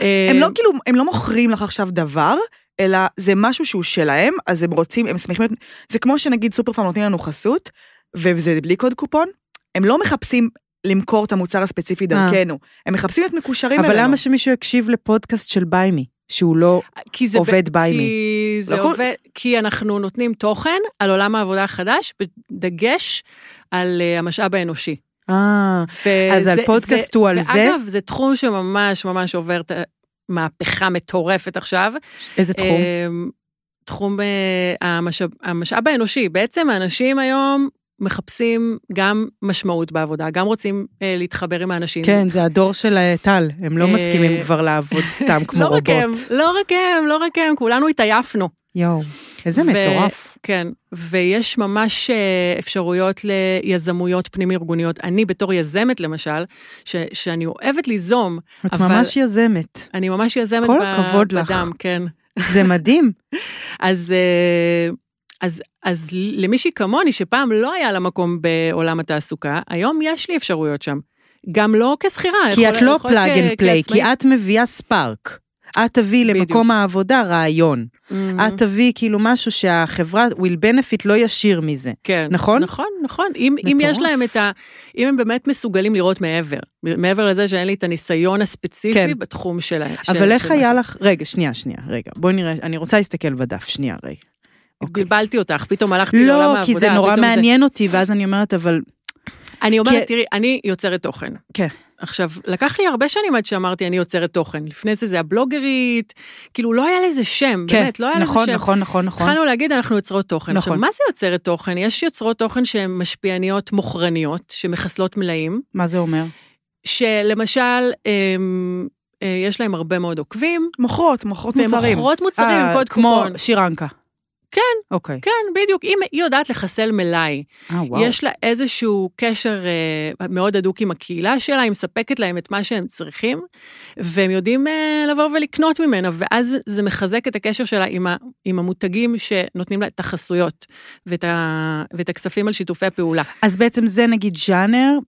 C: אה,
B: הם לא כאילו, הם לא מוכרים לך עכשיו דבר, אלא זה משהו שהוא שלהם, אז הם רוצים, הם שמחים, להיות- זה כמו שנגיד סופרפארם נותנים לנו חסות, וזה בלי קוד קופון, הם לא מחפשים למכור את המוצר הספציפי דרכנו, הם מחפשים את מקושרים אלינו.
A: אבל למה שמישהו יקשיב לפודקאסט של ביימי, שהוא לא...
C: כי זה
A: עובד by
C: כי זה
B: לא כל-
C: עובד, כי אנחנו נותנים תוכן על עולם העבודה החדש, בדגש על אה, המשאב האנושי.
A: אה,
C: וזה-
A: אז על
C: זה-
A: פודקאסט הוא על זה?
C: ואגב, זה תחום שממש ממש עובר את המהפכה מטורפת עכשיו.
A: איזה תחום?
C: אמ, תחום אה, המשאב, המשאב האנושי. בעצם האנשים היום מחפשים גם משמעות בעבודה, גם רוצים אה, להתחבר עם האנשים.
A: כן, זה הדור של אה, טל, הם לא
C: אה,
A: מסכימים כבר לעבוד סתם כמו
C: לא רק הם,
A: רובוט.
C: לא רק הם, לא רק הם, כולנו התעייפנו.
A: יואו, איזה
C: ו-
A: מטורף.
C: כן, ויש ממש אה, אפשרויות ליזמויות פנים-ארגוניות. אני בתור יזמת, למשל, ש, שאני אוהבת ליזום,
A: את
C: אבל-
A: ממש יזמת,
C: אני ממש יזמת
A: כל
C: ב-
A: הכבוד לך.
C: בדם, כן.
A: זה מדהים.
C: אז, אה, אז, אז למישהי כמוני, שפעם לא היה לה מקום בעולם התעסוקה, היום יש לי אפשרויות שם. גם לא כשכירה.
A: כי
C: יכול-
A: את לא
C: יכול
A: פלאג
C: כ-
A: אנד פליי, כי
C: אה, כעצמאית.
A: את מביאה ספארק. את תביאי
C: בדיוק.
A: למקום העבודה רעיון.
C: Mhm.
A: את תביאי כאילו משהו שהחברה will benefit לא ישיר מזה.
C: כן.
A: נכון?
C: נכון, נכון. אם, אם
A: מטורף.
C: יש להם את ה... אם הם באמת מסוגלים לראות מעבר, מעבר לזה שאין לי את הניסיון הספציפי
A: כן.
C: בתחום שלהם.
A: אבל איך היה לך, רגע, שנייה, שנייה, רגע, בואי נראה, אני רוצה להסתכל בדף, שנייה, רגע. אוקיי.
C: בלבלתי אותך, פתאום הלכתי לעולם
A: לא,
C: העבודה.
A: כי זה נורא
C: פתאום
A: מעניין אותי, ואז אני אומרת, אבל
C: אני אומרת,
A: כי-
C: תראי, אני יוצרת תוכן.
A: כן.
C: עכשיו, לקח לי הרבה שנים עד שאמרתי, אני יוצרת תוכן. לפני זה זה הבלוגרית, כאילו לא היה לזה שם,
A: כן,
C: באמת, לא היה לזה
A: נכון,
C: שם.
A: נכון, נכון, נכון.
C: התחלנו להגיד, אנחנו יוצרות תוכן. עכשיו,
A: נכון.
C: מה זה יוצרת תוכן? יש יוצרות תוכן שהן משפיעניות מוכרניות, שמחסלות מלאים,
A: מה זה אומר?
C: שלמשל, אמ, אה, יש להם הרבה מאוד עוקבים,
B: מוכרות, מוכרות
C: והן
B: מוצרים.
C: מוכרות מוצרים עם
A: אה,
C: קוד
A: כמו
C: קופון.
A: שירנקה.
C: כן.
A: אוקיי.
C: כן, בדיוק. אם היא יודעת לחסל מלאי,
A: אה, וואו.
C: וואו. כן. יש לה איזשהו קשר אה, מאוד הדוק עם הקהילה שלה, היא מספקת להם את מה שהם צריכים, והם יודעים אה, לבוא ולקנות ממנה, ואז זה מחזק את הקשר שלה עם, ה, עם המותגים שנותנים לה את החסויות ואת, ה, ואת הכספים על שיתופי פעולה.
A: אז בעצם זה נגיד ז'אנר,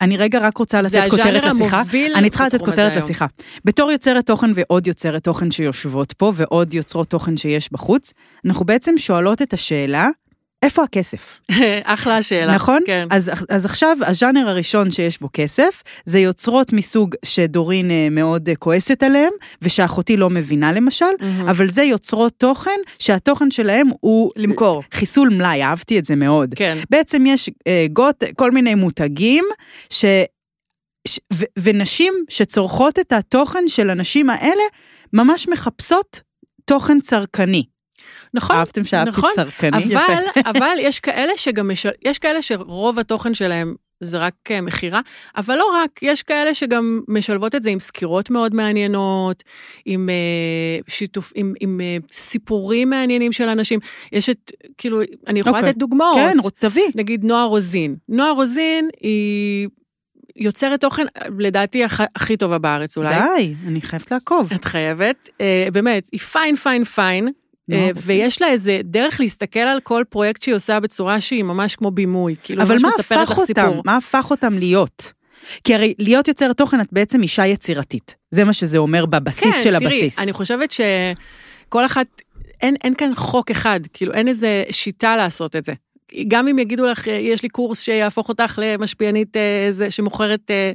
A: אני רגע רק רוצה לתת כותרת לשיחה. אני צריכה לתת
C: בתחום הזה
A: כותרת
C: היום.
A: לשיחה. בתור יוצרת תוכן ועוד יוצרת תוכן שיושבות פה, ועוד יוצרות תוכן שיש בחוץ, אנחנו בעצם שואלות את השאלה, איפה הכסף?
C: אחלה שאלה.
A: נכון?
C: כן.
A: אז, אז עכשיו, הז'אנר הראשון שיש בו כסף, זה יוצרות מסוג שדורין אה, מאוד אה, כועסת עליהם, ושאחותי לא מבינה למשל,
C: מהמם.
A: אבל זה יוצרות תוכן, שהתוכן שלהם הוא...
B: למכור.
A: חיסול מלאי, אהבתי את זה מאוד.
C: כן.
A: בעצם יש אה, גות, כל מיני מותגים, ש, ש, ו, ונשים שצורכות את התוכן של הנשים האלה, ממש מחפשות תוכן צרכני.
C: נכון.
A: אהבתם שאהבתי
C: נכון,
A: צרכני?
C: אבל, אבל יש כאלה שגם משל... יש כאלה שרוב התוכן שלהם זה רק אה, מכירה, אבל לא רק, יש כאלה שגם משלבות את זה עם סקירות מאוד מעניינות, עם אה, שיתוף, עם, עם אה, סיפורים מעניינים של אנשים. יש את, כאילו, אני יכולה
A: אוקיי.
C: לתת דוגמאות.
A: כן, רות, תביא.
C: נגיד נועה רוזין. נועה רוזין היא יוצרת תוכן, אה, לדעתי, הכ- הכי טובה בארץ אולי.
A: די, אני חייבת לעקוב.
C: את חייבת, אה, באמת, היא פיין, פיין, פיין.
A: נו,
C: אה,
A: בסדר.
C: ויש לה איזה דרך להסתכל על כל פרויקט שהיא עושה בצורה שהיא ממש כמו בימוי, כאילו
A: אבל
C: ממש
A: מה
C: מספרת
A: הפך
C: לך
A: אותם?
C: סיפור.
A: מה הפך אותם להיות? כי הרי להיות יוצרת תוכן את בעצם אישה יצירתית. זה מה שזה אומר בבסיס של הבסיס.
C: כן, תראי, אני חושבת שכל אחת, אין, אין כאן חוק אחד, כאילו אין איזה שיטה לעשות את זה. גם אם יגידו לך, אה, יש לי קורס שיהפוך אותך למשפיענית אה, איזה, שמוכרת אה,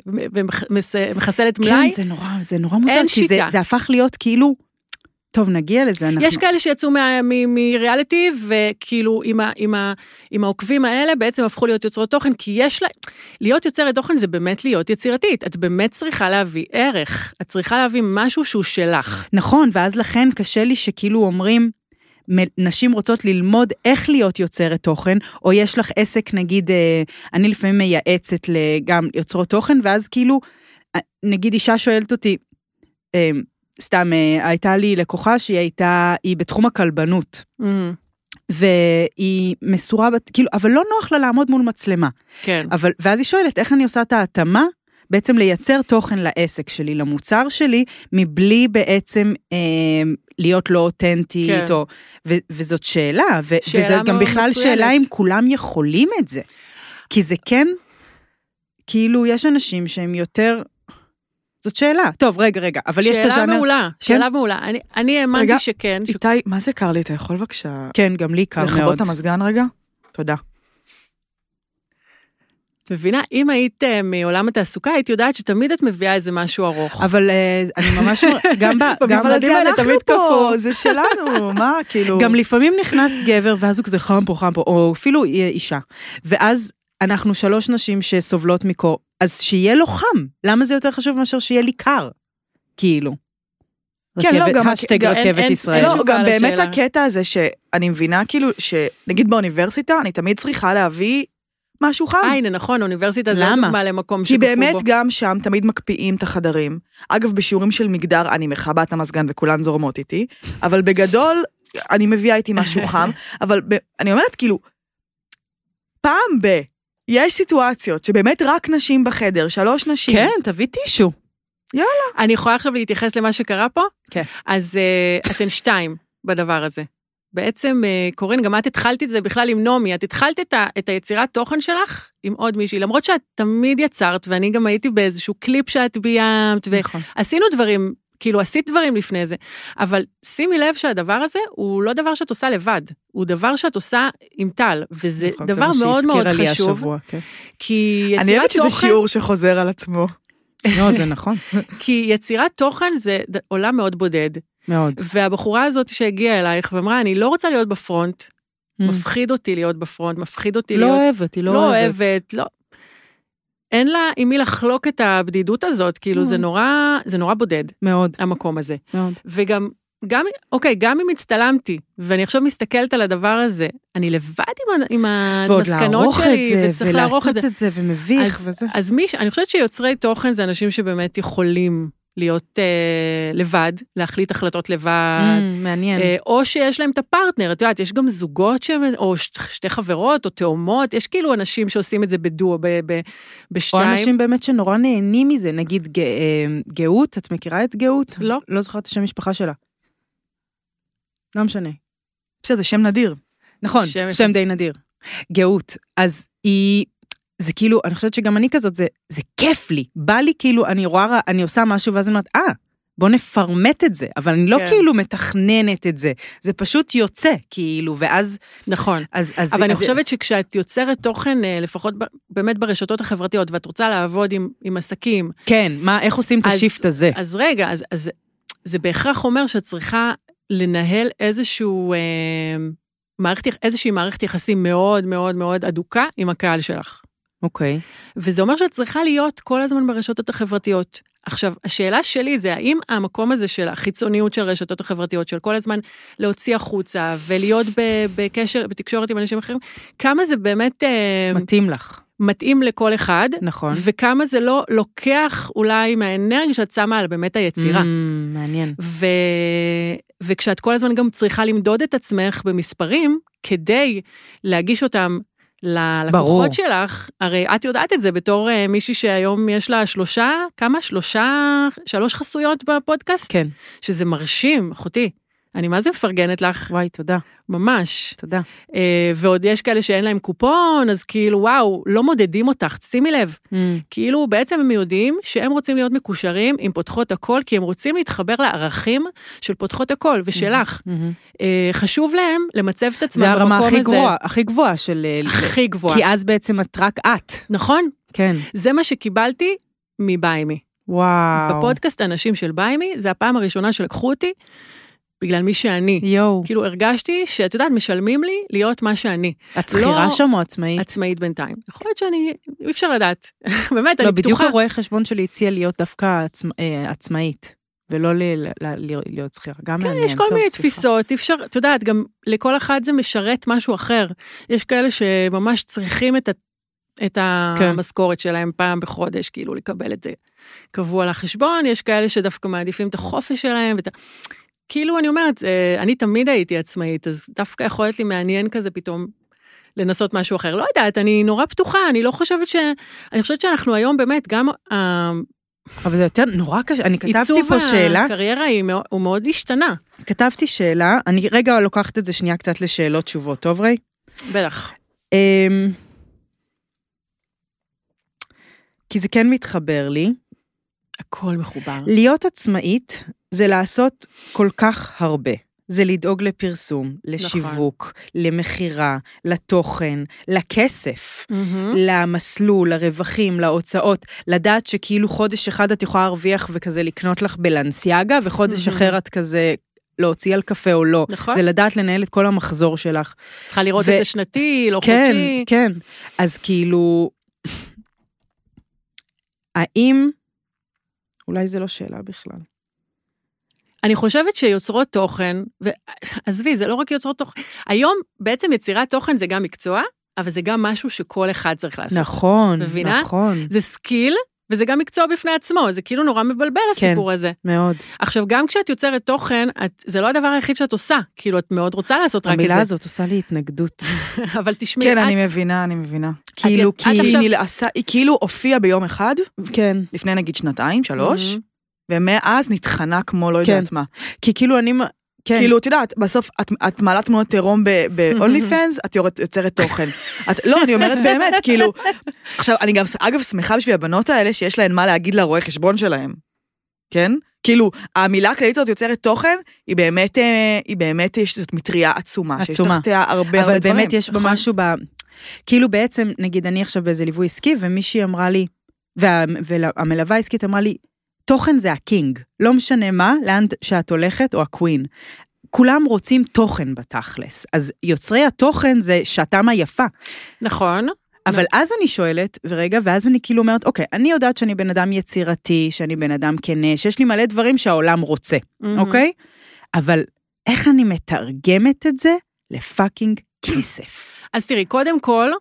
C: ומחסלת מלאי,
A: כן, זה נורא, זה נורא מוזר,
C: אין
A: כי זה,
C: שיטה.
A: זה הפך להיות כאילו... טוב, נגיע לזה, אנחנו...
C: יש כאלה שיצאו מה- מ- מריאליטי, וכאילו עם, ה, עם, ה, עם העוקבים האלה בעצם הפכו להיות יוצרות תוכן, כי יש לה... להיות יוצרת תוכן זה באמת להיות יצירתית. את באמת צריכה להביא ערך. את צריכה להביא משהו שהוא שלך.
A: נכון, ואז לכן קשה לי שכאילו אומרים, מ- נשים רוצות ללמוד איך להיות יוצרת תוכן, או יש לך עסק, נגיד, אה, אני לפעמים מייעצת לגם יוצרות תוכן, ואז כאילו, אה, נגיד אישה שואלת אותי, אה, סתם, אה, הייתה לי לקוחה שהיא הייתה, היא בתחום הכלבנות.
C: Mm-hmm.
A: והיא מסורה, בת- כאילו, אבל לא נוח לה לעמוד מול מצלמה.
C: כן.
A: אבל, ואז היא שואלת, איך אני עושה את ההתאמה? בעצם לייצר תוכן לעסק שלי, למוצר שלי, מבלי בעצם אה, להיות לא אותנטית,
C: כן.
A: כן. או, ו, וזאת שאלה, ו,
C: שאלה
A: וזאת גם
C: מאוד
A: בכלל
C: מצוינת.
A: שאלה אם כולם יכולים את זה. כי זה כן, כאילו, יש אנשים שהם יותר... זאת שאלה. טוב, רגע, רגע, אבל יש את
C: שאלה
A: הז'אנר...
C: מעולה, שאלה מעולה. אני, אני האמנתי
B: רגע,
C: שכן. ש...
B: איתי, מה זה קר לי? אתה יכול בבקשה
A: כן, גם לי קר מאוד.
B: לכבות את המזגן רגע? תודה.
C: את מבינה? אם היית אה, מעולם התעסוקה, היית יודעת שתמיד את מביאה איזה משהו ארוך.
A: אבל אה, אני ממש, גם ב... גם-
B: אבל את
C: במשרדים
B: זה
C: האלה
B: אנחנו
C: תמיד
B: פה,
C: קפוא.
B: זה שלנו, מה, כאילו...
A: גם לפעמים נכנס גבר, ואז הוא כזה חם פה, חם פה, או אפילו אה, אישה. ואז אנחנו שלוש נשים שסובלות מקור, אז שיהיה לו חם. למה זה יותר חשוב מאשר שיהיה לי קר? כאילו.
B: כן, לא,
A: רכבת-
B: גם-
A: השטג
B: גם-
C: אין-
A: רכבת
C: אין-
A: ישראל.
C: אין
B: לא,
C: תשובה
B: גם באמת
C: לשאלה.
B: הקטע הזה שאני מבינה, כאילו, שנגיד באוניברסיטה, אני תמיד צריכה להביא משהו חם.
C: אה, הנה, נכון, אוניברסיטה זה עוד
A: למה?
C: דוגמה למקום
B: כי
C: שקפוא בו.
B: באמת גם שם תמיד מקפיאים את החדרים. אגב, בשיעורים של מגדר אני מכבה את המזגן וכולן זורמות איתי, אבל בגדול אני מביאה איתי משהו חם, אבל ב- אני אומרת כאילו, פעם ב... יש סיטואציות שבאמת רק נשים בחדר, שלוש נשים.
A: כן, תביא טישו.
C: אני יכולה עכשיו להתייחס למה שקרה פה?
A: כן.
C: אז אה, אתן שתיים בדבר הזה. בעצם, אה, קורין, גם את התחלת את זה בכלל עם נעמי, את התחלת את, ה, את היצירת תוכן שלך עם עוד מישהי, למרות שאת תמיד יצרת, ואני גם הייתי באיזשהו קליפ שאת ביימת,
A: נכון.
C: ועשינו דברים, כאילו עשית דברים לפני זה, אבל שימי לב שהדבר הזה הוא לא דבר שאת עושה לבד, הוא דבר שאת עושה עם טל, וזה
A: נכון,
C: דבר
A: מה
C: מאוד מאוד
A: שהזכירה לי
C: חשוב,
A: השבוע, כן.
C: כי יצירת תוכן...
B: אני אוהבת שזה שיעור שחוזר על עצמו.
A: לא, זה נכון.
C: כי יצירת תוכן זה ד- עולם מאוד בודד.
A: מאוד.
C: והבחורה הזאת שהגיעה אלייך ואמרה, אני לא רוצה להיות בפרונט, מפחיד אותי להיות בפרונט, מפחיד אותי
A: Mm. לא
C: להיות...
A: אוהבת, היא
C: לא אוהבת, לא... אין לה עם מי לחלוק את הבדידות הזאת, כאילו זה
A: Mm.
C: נורא, זה נורא בודד,
A: מאוד,
C: המקום הזה.
A: מאוד.
C: וגם, גם, אוקיי, גם אם הצטלמתי, ואני עכשיו מסתכלת על הדבר הזה, אני לבד עם, ה- עם
A: ועוד
C: המסקנות
A: לערוך
C: שלי,
A: את זה,
C: וצריך לערוך את
A: ולעשות
C: זה.
A: את זה, ומביך,
C: אז-
A: וזה.
C: אז מי, ש- אני חושבת שיוצרי תוכן זה אנשים שבאמת יכולים להיות אה, לבד, להחליט החלטות לבד,
A: Mm, מעניין.
C: אה, או שיש להם את הפרטנר, את יודעת, יש גם זוגות שהם, או ש- שתי חברות, או תאומות, יש כאילו אנשים שעושים את זה בדואו, ב- ב-
A: או
C: בשתיים.
A: אנשים באמת שנורא נהנים מזה, נגיד ג- אה, גאות, את מכירה את גאות?
C: לא.
A: לא זוכרת את השם משפחה שלה. לא משנה.
B: בסדר, שם נדיר.
A: נכון,
C: שם
A: שם,
C: יפה.
A: שם די נדיר. גאות. אז היא, זה כאילו, אני חושבת שגם אני כזאת, זה, זה כיף לי. בא לי כאילו, אני רואה, אני עושה משהו, ואז אני אומרת, אה, בוא נפרמט את זה. אבל אני לא
C: כן.
A: כאילו מתכננת את זה. זה פשוט יוצא, כאילו, ואז...
C: נכון.
A: אז, אז,
C: אבל אני
A: אז,
C: חושבת שכשאת יוצרת תוכן, אה, לפחות ב- באמת ברשתות החברתיות, ואת רוצה לעבוד עם, עם עסקים,
A: כן, מה, איך עושים את
C: אז-
A: השיפט הזה?
C: אז רגע, אז, אז זה בהכרח אומר שאת צריכה לנהל איזשהו... אה, מערכת, יח- איזושהי מערכת יחסים מאוד מאוד מאוד הדוקה עם הקהל שלך.
A: אוקיי.
C: וזה אומר שאת צריכה להיות כל הזמן ברשתות החברתיות. עכשיו, השאלה שלי זה האם המקום הזה של החיצוניות של הרשתות החברתיות, של כל הזמן להוציא החוצה ולהיות ב- בקשר, בתקשורת עם אנשים אחרים, כמה זה באמת אה,
A: מתאים לך,
C: מתאים לכל אחד,
A: נכון.
C: וכמה זה לא לוקח אולי מהאנרגיה שאת שמה על באמת היצירה.
A: Mm, מעניין.
C: ו... וכשאת כל הזמן גם צריכה למדוד את עצמך במספרים, כדי להגיש אותם ללקוחות
A: ברור.
C: שלך, הרי את יודעת את זה בתור אה, מישהי שהיום יש לה שלושה, כמה? שלושה, שלוש חסויות בפודקאסט?
A: כן.
C: שזה מרשים, אחותי. אני מה זה מפרגנת לך,
A: וואי, תודה,
C: ממש.
A: תודה.
C: אה, ועוד יש כאלה שאין להם קופון, אז כאילו, וואו, לא מודדים אותך, שימי לב.
A: Mm, mm-hmm.
C: כאילו בעצם הם יודעים שהם רוצים להיות מקושרים עם פותחות הכל, כי הם רוצים להתחבר לערכים של פותחות הכל ושלך. אה, חשוב להם למצב את עצמם
A: זה
C: במקום הזה.
A: הרמה הכי גבוהה, הכי גבוהה של... אה,
C: הכי גבוהה.
A: כי אז בעצם את רק את.
C: נכון?
A: כן.
C: זה מה שקיבלתי מביימי.
A: וואו.
C: בפודקאסט הנשים של ביימי, זה הפעם הראשונה שלקחו אותי בגלל מי שאני.
A: יואו.
C: כאילו הרגשתי שאת יודעת, משלמים לי להיות מה שאני.
A: את שכירה
C: לא-
A: שם או עצמאית?
C: עצמאית בינתיים. יכול להיות שאני, אי אפשר לדעת. באמת,
A: לא,
C: אני
A: בדיוק
C: פתוחה.
A: הרואה חשבון שלי הציע להיות דווקא עצמ- אה, עצמאית, ולא ל- ל- ל- להיות שכירה. גם מעניין.
C: כן, יש כל
A: טוב,
C: מיני
A: שיחה.
C: תפיסות, אי אפשר, את יודעת, גם לכל אחד זה משרת משהו אחר. יש כאלה שממש צריכים את, ה, את
A: כן.
C: המשכורת שלהם פעם בחודש, כאילו לקבל את זה קבוע לחשבון, יש כאלה שדווקא מעדיפים את החופש שלהם ואת ה... כאילו, אני אומרת, אה, אני תמיד הייתי עצמאית, אז דווקא יכול להיות לי מעניין כזה פתאום. לנסות משהו אחר. לא יודעת, אני נורא פתוחה, אני לא חושבת ש... אני חושבת שאנחנו היום באמת, גם אה,
A: אבל זה יותר נורא קשה. אני כתבתי
C: העיצוב
A: פה שאלה,
C: הקריירה היא מאוד- הוא מאוד השתנה,
A: כתבתי שאלה, אני רגע לוקחת את זה שנייה קצת לשאלות תשובות, טוב ריי?
C: בטח.
A: אמ, כי זה כן מתחבר לי.
C: הכל מחובר.
A: להיות עצמאית זה לעשות כל כך הרבה. זה לדאוג לפרסום,
C: נכון.
A: לשיווק, למכירה, לתוכן, לכסף.
C: מהמם.
A: למסלול, לרווחים, להוצאות, לדעת שכאילו חודש אחד את יכולה להרוויח וכזה לקנות לך בלנסיאגה, וחודש
C: מהמם.
A: אחר את כזה להוציא על קפה או לא.
C: נכון.
A: זה לדעת לנהל את כל המחזור שלך.
C: צריכה לראות
A: ו-
C: את זה שנתי, לא
A: כן,
C: חודשי.
A: כן. אז כאילו, האם, אולי זה לא שאלה בכלל.
C: אני חושבת שיוצרות תוכן, ועזבי, זה לא רק יוצרות תוכן, היום בעצם יצירת תוכן זה גם מקצוע, אבל זה גם משהו שכל אחד צריך לעשות.
A: נכון,
C: מבינה?
A: נכון,
C: זה סקיל, וזה גם מקצוע בפני עצמו, זה כאילו נורא מבלבל
A: כן.
C: הסיפור הזה.
A: מאוד.
C: עכשיו, גם כשאת יוצרת תוכן, את, זה לא הדבר היחיד שאת עושה, כאילו, את מאוד רוצה לעשות רק
A: המילה
C: את זה,
A: הזאת עושה לי התנגדות.
C: אבל תשמעי,
B: כן,
C: את...
B: אני מבינה, אני מבינה.
A: כאילו,
C: את
A: כי...
B: היא
C: עכשיו-
B: נלעסה, היא כאילו הופיעה ביום אחד,
A: כן.
B: לפני נגיד שנתיים, שלוש,
C: Mhm.
B: ומאז נטחנה כמו לא יודעת מה.
A: כי כאילו אני... מ- כן.
B: כאילו, את יודעת, בסוף את, את מעלה תמונות עירום ב-only fans, את יורת- יוצרת תוכן. את, לא, אני אומרת באמת, כאילו... עכשיו, אני גם, אגב, שמחה בשביל הבנות האלה שיש להן מה להגיד לרואה חשבון שלהם. כן? כאילו, המילה הכללית הזאת יוצרת תוכן, היא באמת, אה, היא באמת, יש זאת מטריה עצומה. שיש
A: עצומה.
B: תחתיה הרבה הרבה
A: אבל
B: דברים.
A: באמת יש בה
C: נכון.
A: משהו ב... כאילו בעצם, נגיד אני עכשיו באיזה ליווי עסקי, ומישהי אמרה לי, וה- והמלווה העסקית אמרה לי, תוכן זה הקינג, לא משנה מה, לאן שאת הולכת, או הקווין. כולם רוצים תוכן בתכלס, אז יוצרי התוכן זה שעתם היפה.
C: נכון,
A: אבל אז אני שואלת, ורגע, ואז אני כאילו אומרת, אוקיי, אני יודעת שאני בן אדם יצירתי, שאני בן אדם כנה, שיש לי מלא דברים שהעולם רוצה,
C: מהמם.
A: אוקיי? אבל איך אני מתרגמת את זה לפאקינג כסף?
C: אז תראי, קודם כל,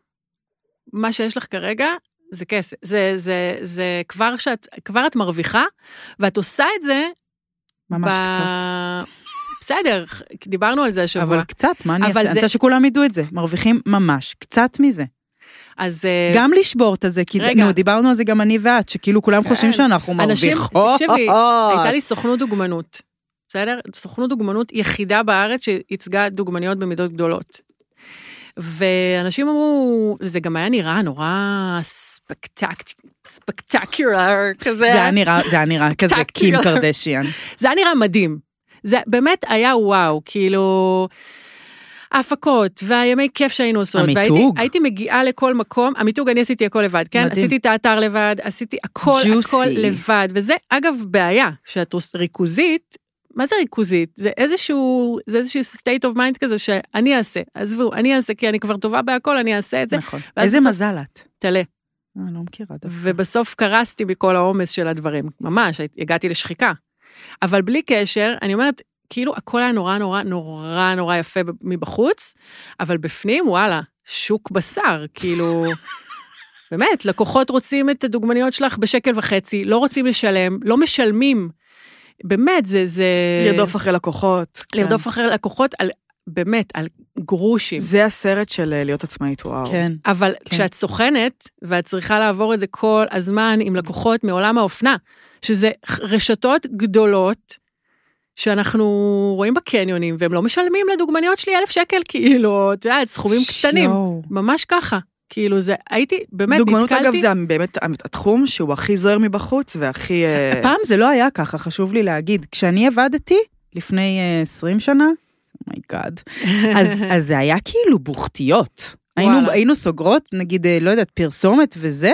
C: מה שיש לך כרגע זה כסף. זה, זה, זה כבר שאת, כבר את מרוויחה, ואת עושה את זה...
A: ממש קצת.
C: בסדר, דיברנו על זה השבוע.
A: אבל קצת, מה אני
C: אבל
A: אעשה? אני
C: זה-
A: רוצה שכולם ידעו את זה. מרוויחים ממש קצת מזה.
C: אז... אה,
A: גם לשבור את הזה, כי
C: רגע.
A: נו, דיברנו על זה גם אני ואת, שכאילו כולם
C: כן.
A: חושבים שאנחנו
C: אנשים-
A: מרוויחות.
C: תקשיבי, הייתה לי סוכנות דוגמנות, בסדר? סוכנות דוגמנות יחידה בארץ שייצגה דוגמניות במידות גדולות. ואנשים אמרו, זה גם היה נראה נורא ספקטקט- ספקטקולר כזה.
A: זה היה נראה, זה היה נראה כזה קים
C: ספקטקולר.
A: קרדשיאן.
C: זה היה נראה מדהים. זה באמת היה וואו, כאילו... ההפקות, והימי כיף שהיינו עושות.
A: המיתוג.
C: והייתי- הייתי מגיעה לכל מקום, המיתוג, אני עשיתי הכל לבד, כן?
A: מדהים.
C: מדהים. עשיתי את האתר לבד, עשיתי הכל,
A: Juicy.
C: Juicy. הכל לבד. וזה, אגב, בעיה, שאת עוש- ריכוזית, מה זה ריכוזית? זה איזשהו, זה איזשהו state of mind כזה שאני אעשה. עזבו, אני אעשה, כי אני כבר טובה בהכל, אני אעשה את זה,
A: נכון.
C: ואז
A: איזה
C: בסוף-
A: מזל את.
C: תלה.
A: אני לא מכירה דווקא.
C: ובסוף קרסתי מכל העומס של הדברים, ממש, הי- הגעתי לשחיקה. אבל בלי קשר, אני אומרת, כאילו הכל היה נורא נורא נורא נורא יפה ב- מבחוץ, אבל בפנים, וואלה, שוק בשר, כאילו... באמת, לקוחות רוצים את הדוגמניות שלך בשקל וחצי, לא רוצים לשלם, לא משלמים. באמת, זה... זה...
B: לרדוף אחרי לקוחות.
C: אה, לרדוף
B: כן.
C: אחרי לקוחות, על, באמת, על גרושים.
B: זה הסרט של אה, להיות עצמאית, וואו.
A: כן.
C: אבל
A: כן.
C: כן. כשאת סוכנת, ואת צריכה לעבור את זה כל הזמן עם לקוחות מעולם האופנה, שזה ח- רשתות גדולות, שאנחנו רואים בקניונים, והם לא משלמים לדוגמניות שלי אלף שקל, כאילו, את יודעת, סכומים קטנים.
A: שואו.
C: ממש ככה. כאילו זה, הייתי, באמת,
B: דוגמנות,
C: נתקלתי...
B: אגב, זה באמת התחום שהוא הכי זוהר מבחוץ והכי... אה,
A: פעם זה לא היה ככה, חשוב לי להגיד. כשאני עבדתי, לפני אה, 20 שנה, מייגאד, אז, אז זה היה כאילו בוכתיות. היינו,
C: וואלה.
A: היינו סוגרות, נגיד, אה, לא יודעת, פרסומת וזה,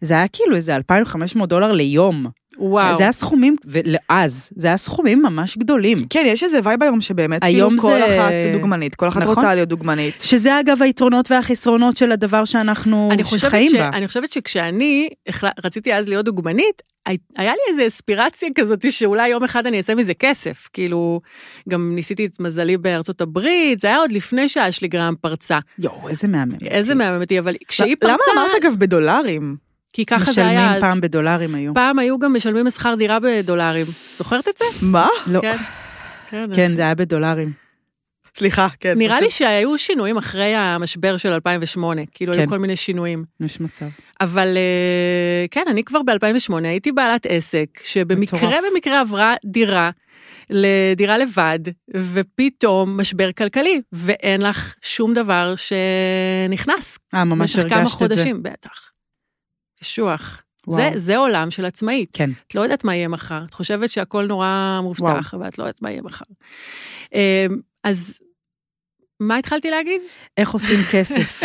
A: זה היה כאילו איזה 2,500 דולר ליום.
C: וואו.
A: זה היה סכומים, ואז, זה היה סכומים ממש גדולים.
B: כן, יש איזה וייב היום שבאמת, כאילו
A: היום
B: כל
A: זה-
B: אחת דוגמנית, כל אחת
A: נכון.
B: רוצה להיות דוגמנית.
A: שזה אגב היתרונות והחסרונות של הדבר שאנחנו
C: אני חושבת,
A: חיים
C: ש...
A: בה.
C: אני חושבת שכשאני החל... רציתי אז להיות דוגמנית, הי- היה לי איזו אספירציה כזאת שאולי יום אחד אני אעשה מזה כסף. כאילו, גם ניסיתי את מזלי בארצות הברית, זה היה עוד לפני שאשלי גרם פרצה.
A: יואו, איזה מהמם.
C: איזה מהממת היא, אבל כשהיא
B: למה
C: פרצה,
B: אמרת אגב בדולרים?
C: כי ככה זה
A: משלמים
C: היה אז.
A: פעם בדולרים היום.
C: פעם היו גם משלמים שכר דירה בדולרים. זוכרת את זה?
B: מה?
A: לא,
C: כן. כן.
A: כן, זה היה בדולרים.
B: סליחה, כן.
C: נראה לי
B: פשוט-
C: שהיו שינויים אחרי המשבר של 2008, כאילו
A: כן.
C: היו כל מיני שינויים.
A: יש מצב.
C: אבל אה, כן, אני כבר ב-2008 הייתי בעלת עסק, שבמקרה
A: מטורף.
C: במקרה עברה דירה, לדירה לבד, ופתאום משבר כלכלי, ואין לך שום דבר שנכנס.
A: אה, ממש
C: במשך כמה
A: הרגשת את זה.
C: חודשים, בטח. קשוח. זה,
A: וואו.
C: זה עולם של עצמאית.
A: כן.
C: את לא יודעת מה יהיה מחר. את חושבת שהכל נורא מובטח, ואת לא יודעת מה יהיה מחר. אה, אז מה התחלתי להגיד?
A: איך עושים כסף?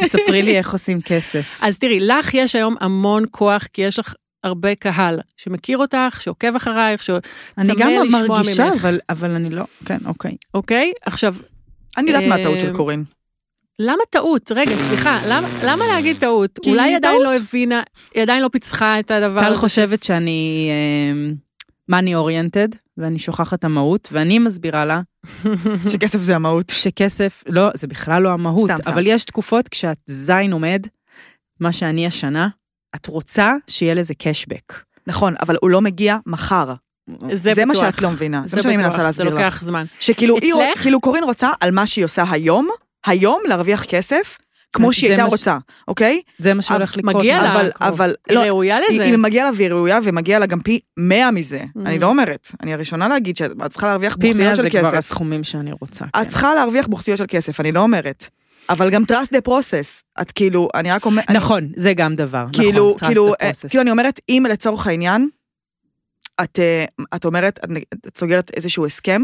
A: תספרי לי איך עושים כסף.
C: אז תראי, לך יש היום המון כוח, כי יש לך הרבה קהל שמכיר אותך, שעוקב אחרייך, ש...
A: אני גם
C: לשמוע
A: מרגישה,
C: ממך.
A: אבל- אבל אני לא... כן, אוקיי.
C: אוקיי? עכשיו,
B: אני יודעת מה הטעות
C: אה,
B: של קורין.
C: למה טעות? רגע, סליחה, למה, למה להגיד טעות?
B: כי
C: אולי
B: היא
C: היא עדיין
B: טעות.
C: לא הבינה, היא עדיין לא פיצחה את הדבר
A: טל
C: הזה.
A: חושבת שאני מאני אוריינטד, ואני שוכחת את המהות, ואני מסבירה לה
B: שכסף זה המהות.
A: שכסף, לא, זה בכלל לא המהות,
B: סתם, סתם.
A: אבל יש תקופות כשאת זין עומד, מה שאני השנה, את רוצה שיהיה לזה קשבק.
B: נכון, אבל הוא לא מגיע מחר. זה מה
C: בטוח.
B: שאת לא מבינה. זה מה
C: זה
B: שאני
C: בטוח,
B: מנסה
C: זה
B: להסביר לך.
C: לוקח זמן.
B: שכאילו היא,
C: אצלך?
B: כאילו קורין רוצה על מה שהיא עושה היום, היום להרוויח כסף, כמו
A: זה
B: שהיא הייתה
A: מה ש-
B: רוצה, אוקיי?
A: זה מה שהולך לקרות.
C: מגיע לה.
B: אבל,
A: לקרות.
B: אבל,
C: היא
B: לא,
C: ראויה
B: היא
C: לזה.
B: היא מגיעה לה והיא ראויה ומגיע לה גם פי 100 מזה. אני לא אומרת, אני הראשונה להגיד שאת את צריכה להרוויח
A: Mm. פי
B: בוכטיות
A: 100
B: של
A: זה כבר
B: כסף.
A: הסכומים שאני רוצה. כן.
B: את צריכה להרוויח בוכטיות של כסף, אני לא אומרת. אבל גם trust the process, את כאילו, אני רק אומרת,
A: כן. נכון, זה גם דבר.
B: כאילו,
A: נכון,
B: כאילו,
A: trust the
B: אה,
A: process.
B: כאילו אני אומרת, אם לצורך העניין, את, אה, את אומרת, את, נג- את סוגרת איזשהו הסכם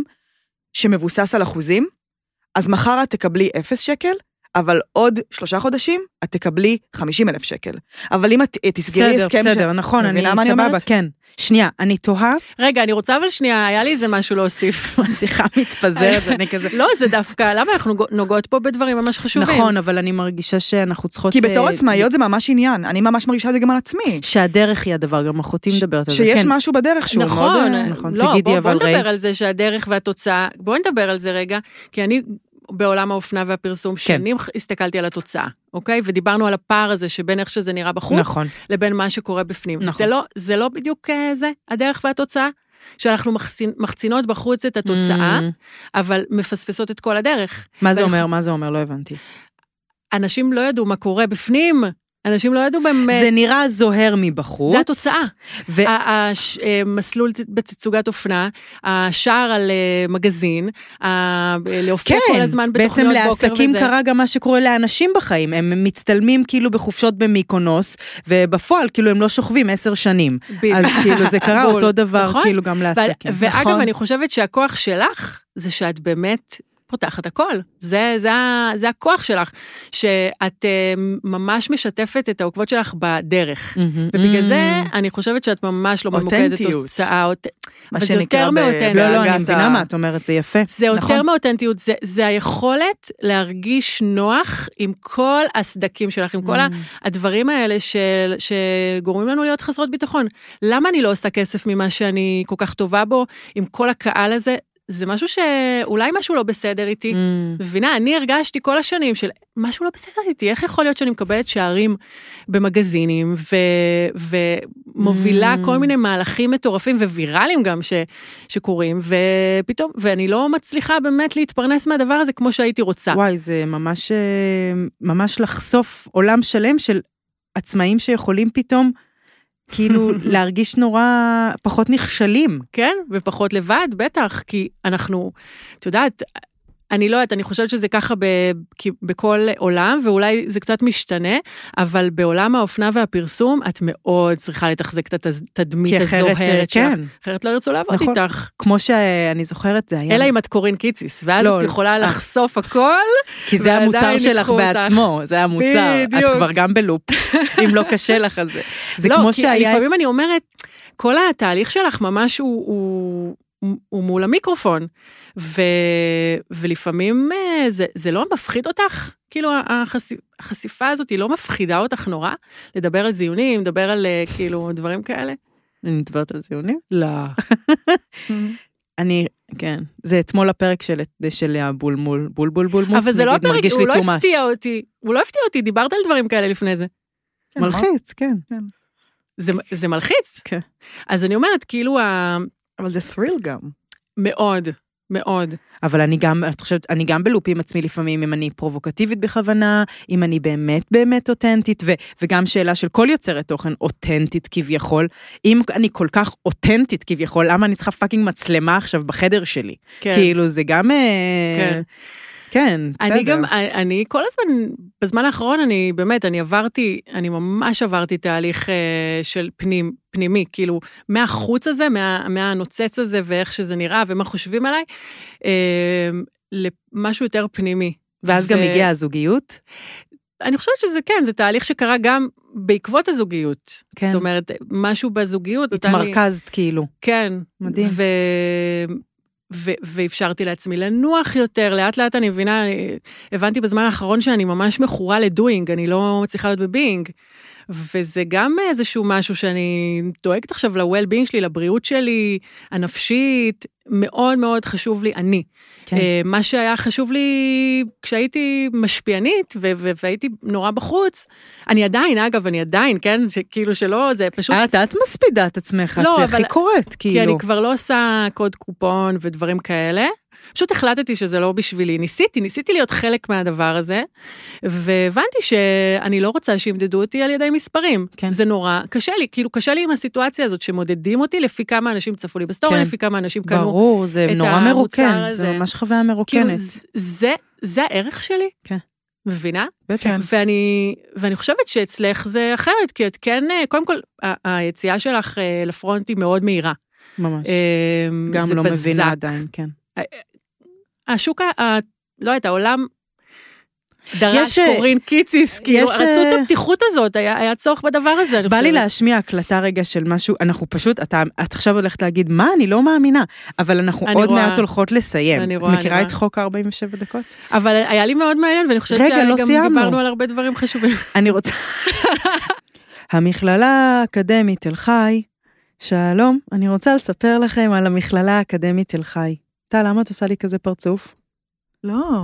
B: שמבוסס על אחוזים, אז מחר את תקבלי 0 שקל, אבל עוד שלושה חודשים את תקבלי 50 אלף שקל. אבל אם את אה, תסגרי
A: בסדר,
B: הסכם... ש-
A: בסדר, נכון,
B: את
A: אני
B: מבינה מה אני
A: סבבה,
B: אומרת?
A: כן. שנייה, אני תוהה,
C: רגע, אני רוצה אבל שנייה, היה לי איזה משהו להוסיף.
A: השיחה מתפזרת, אני כזה...
C: לא, זה דווקא, למה אנחנו גו- נוגעות פה בדברים ממש חשובים?
A: נכון, אבל אני מרגישה שאנחנו צריכות...
B: כי בתור
A: אה,
B: עצמאיות זה ממש עניין, אני ממש מרגישה את זה גם על עצמי.
A: שהדרך היא הדבר, גם אחותי מדברת על זה.
B: שיש
A: כן,
B: משהו בדרך שהוא מאוד...
C: נכון,
B: אה,
A: נכון,
C: לא,
A: תגידי,
C: בוא,
A: אבל
C: בוא נדבר
A: ראי.
C: על זה שהדרך והתוצאה, בוא נדבר על זה רגע, כי אני בעולם האופנה והפרסום
A: כן.
C: שנים הסתכלתי על התוצאה, אוקיי? ודיברנו על הפער הזה שבין איך שזה נראה בחוץ,
A: נכון.
C: לבין מה שקורה בפנים.
A: נכון.
C: זה לא, זה לא בדיוק אה, זה, הדרך והתוצאה. שאנחנו מחצינ- מחצינות בחוץ את התוצאה,
A: Mm.
C: אבל מפספסות את כל הדרך.
A: מה זה
C: ואנחנו-
A: אומר? מה זה אומר? לא הבנתי.
C: אנשים לא ידעו מה קורה בפנים, אנשים לא ידעו באמת.
A: זה נראה זוהר מבחוץ.
C: זה התוצאה. אה,
A: ו-
C: המסלול בתצוגת אופנה, השער על אה, מגזין, ה- אה, להופיע
A: כן,
C: כל הזמן
A: בעצם
C: בתוכניות בוקר וזה.
A: לעסקים קרה גם מה שקורה לאנשים בחיים, הם מצטלמים כאילו בחופשות במיקונוס, ובפועל כאילו הם לא שוכבים עשר שנים.
C: בדיוק.
A: אז כאילו זה קרה
C: אה, בול.
A: אותו דבר
C: נכון?
A: כאילו גם
C: אבל-
A: לעסקים.
C: ואגב,
A: נכון?
C: אני חושבת שהכוח שלך זה שאת באמת פותחת הכל. זה, זה, ה- זה הכוח שלך, שאת אה, ממש משתפת את העוקבות שלך בדרך.
A: מהמם.
C: ובגלל
A: Mm.
C: זה אני חושבת שאת ממש לא ממוקדת
B: אותנטיות.
C: תוצאה. אוט-
B: מה
C: אבל זה
B: שנקרא
C: יותר
B: ב-
C: מאותנטי.
A: לא, לא,
B: בהגת
A: אני מבינה
B: ה-
A: מה את אומרת, זה יפה.
C: זה יותר
B: נכון.
C: מאותנטיות, זה, זה היכולת להרגיש נוח עם כל הסדקים שלך, עם
A: Mm.
C: כל ה- הדברים האלה של, שגורמים לנו להיות חסרות ביטחון. למה אני לא עושה כסף ממה שאני כל כך טובה בו, עם כל הקהל הזה? זה משהו שאולי משהו לא בסדר איתי.
A: Mm.
C: מבינה, אני הרגשתי כל השנים של משהו לא בסדר איתי, איך יכול להיות שאני מקבלת שערים במגזינים ו- ומובילה
A: Mm.
C: כל מיני מהלכים מטורפים וויראליים גם ש- שקורים, ופתאום, ואני לא מצליחה באמת להתפרנס מהדבר הזה כמו שהייתי רוצה.
A: וואי, זה ממש, אה, ממש לחשוף עולם שלם של עצמאים שיכולים פתאום, כאילו, להרגיש נורא פחות נכשלים.
C: כן, ופחות לבד, בטח, כי אנחנו, את יודעת, אני לא יודעת, אני חושבת שזה ככה ב, כי בכל עולם, ואולי זה קצת משתנה, אבל בעולם האופנה והפרסום, את מאוד צריכה לתחזק את התדמית
A: כי אחרת, אה,
C: הזוהרת שלך.
A: כן.
C: אחרת לא ירצו לעבוד
A: נכון.
C: איתך.
A: כמו שאני זוכרת, זה היה...
C: אלא אם את קורין קיציס, ואז
A: לא,
C: את יכולה לחשוף הכל.
A: כי זה
C: ועדיין
A: המוצר
C: ייקחו
A: שלך
C: אותך.
A: בעצמו, זה המוצר. את
C: בדיוק.
A: כבר גם בלופ, אם לא קשה לך על זה. זה
C: לא,
A: כמו
C: כי
A: שהיה...
C: לפעמים אני אומרת, כל התהליך שלך ממש הוא... הוא... הוא מול המיקרופון, ו... ולפעמים אה, זה, זה לא מפחיד אותך? כאילו החש... החשיפה הזאת היא לא מפחידה אותך נורא? לדבר על זיונים, לדבר על אה, כאילו דברים כאלה?
A: אני מדברת על זיונים?
C: לא.
A: אני, כן. זה אתמול הפרק של, של הבולמול, בול בול בול מוס,
C: אבל זה לא
A: נגיד,
C: הפרק,
A: מרגיש לי
C: הוא לא
A: too much.
C: הפתיע אותי, הוא לא הפתיע אותי, דיברת על דברים כאלה לפני זה.
B: כן, נכון?
A: מלחיץ, כן.
C: זה, זה מלחיץ.
A: כן.
C: אז אני אומרת, כאילו, ה...
B: אבל זה thrill גם.
C: מאוד, מאוד.
A: אבל אני גם, את חושבת, אני גם בלופ עם עצמי לפעמים, אם אני פרובוקטיבית בכוונה, אם אני באמת באמת אותנטית, ו, וגם שאלה של כל יוצרת תוכן אותנטית כביכול. אם אני כל כך אותנטית כביכול, למה אני צריכה פאקינג מצלמה עכשיו בחדר שלי?
C: כן.
A: כאילו, זה גם... אה,
C: כן.
A: כן, בסדר.
C: אני גם, אני כל הזמן, בזמן האחרון אני באמת, אני עברתי, אני ממש עברתי תהליך אה, של פנים, פנימי, כאילו, מהחוץ הזה, מה, מהנוצץ הזה, ואיך שזה נראה, ומה חושבים עליי, אה, למשהו יותר פנימי.
A: ואז
C: ו-
A: גם הגיעה הזוגיות.
C: אני חושבת שזה כן, זה תהליך שקרה גם בעקבות הזוגיות.
A: כן.
C: כן. זאת אומרת, משהו בזוגיות נתן לי...
A: התמרכזת כאילו.
C: כן.
A: מדהים.
C: ו... ו... ואפשרתי לעצמי לנוח יותר, לאט לאט אני מבינה, הבנתי בזמן האחרון שאני ממש מכורה לדוינג, אני לא מצליחה להיות בביינג. וזה גם איזשהו משהו שאני דואגת עכשיו ל-well-being שלי, לבריאות שלי, הנפשית, מאוד מאוד חשוב לי אני.
A: כן.
C: כן. מה שהיה חשוב לי כשהייתי משפיענית ו- ו- והייתי נורא בחוץ, אני עדיין, אגב, אני עדיין, כן, ש- כאילו שלא, זה פשוט...
A: את, את מספידה את עצמך,
C: לא,
A: את
C: אבל-
A: הכי קוראת,
C: כי אני
A: כאילו.
C: כבר לא עושה קוד קופון ודברים כאלה. פשוט החלטתי שזה לא בשבילי. ניסיתי, ניסיתי להיות חלק מהדבר הזה, והבנתי שאני לא רוצה שימדדו אותי על ידי מספרים.
A: כן.
C: זה נורא קשה לי, כאילו קשה לי עם הסיטואציה הזאת שמודדים אותי לפי כמה אנשים צפו לי בסטורי,
A: כן.
C: לפי כמה אנשים קנו.
A: ברור, זה
C: את
A: נורא
C: המוצר
A: מרוקן, זה
C: הזה.
A: ממש חוויה
C: כאילו,
A: מרוקנת.
C: ז- זה, זה הערך שלי.
A: כן.
C: מבינה?
A: בטח.
B: כן.
C: ואני, ואני חושבת שאצלך זה אחרת, כי את כן, אה, קודם כל, ה- היציאה שלך אה, לפרונט היא מאוד מהירה.
A: ממש.
C: אה,
A: גם
C: זה
A: לא מבינה
C: בזק.
A: עדיין, כן.
C: השוק, ה- ה- לא יודעת, העולם דרש
A: יש, אה,
C: קורין קיציס, כאילו,
A: יש,
C: רצו את
A: אה,
C: הפתיחות הזאת, היה היה צורך בדבר הזה, אני
A: בא לי
C: חושבת.
A: להשמיע הקלטה רגע של משהו, אנחנו פשוט, אתה- את עכשיו הולכת להגיד, מה, אני לא מאמינה, אבל אנחנו
C: אני
A: עוד
C: רואה.
A: מעט הולכות לסיים.
C: אני
A: את
C: רואה, אני
A: מכירה
C: רואה.
A: את חוק 47 דקות?
C: אבל היה לי מאוד מעניין, ואני חושבת
A: רגע, לא
C: שגם
A: סיימנו.
C: דיברנו על הרבה דברים חשובים.
A: אני רוצה... המכללה האקדמית תל חי, שלום, אני רוצה לספר לכם על המכללה האקדמית תל חי. טל, למה את עושה לי כזה פרצוף?
B: לא.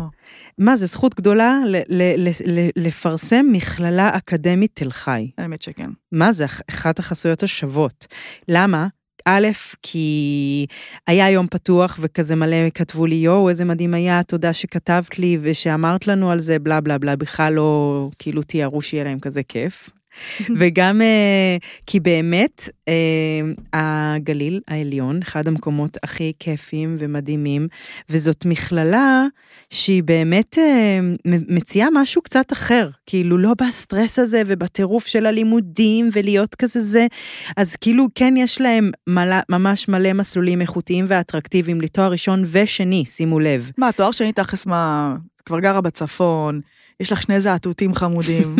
A: מה, זו זכות גדולה ל- ל- ל- ל- לפרסם מכללה אקדמית תל חי.
B: האמת שכן.
A: מה זה אח- אחת החסויות השוות? למה? א', כי היה יום פתוח וכזה מלא כתבו לי, יואו, איזה מדהים היה, תודה שכתבת לי ושאמרת לנו על זה, בלה בלה בלה, בכלל לא כאילו תיארו שיהיה להם כזה כיף. וגם אה, כי באמת אה, הגליל העליון, אחד המקומות הכי כיפיים ומדהימים, וזאת מכללה שהיא באמת אה, מ- מציעה משהו קצת אחר, כאילו לא בסטרס הזה ובטירוף של הלימודים ולהיות כזה זה, אז כאילו כן יש להם מלא, ממש מלא מסלולים איכותיים ואטרקטיביים לתואר ראשון ושני, שימו לב.
B: מה, תואר שני תכלס מה, את כבר גרה בצפון, יש לך שני זעתותים חמודים.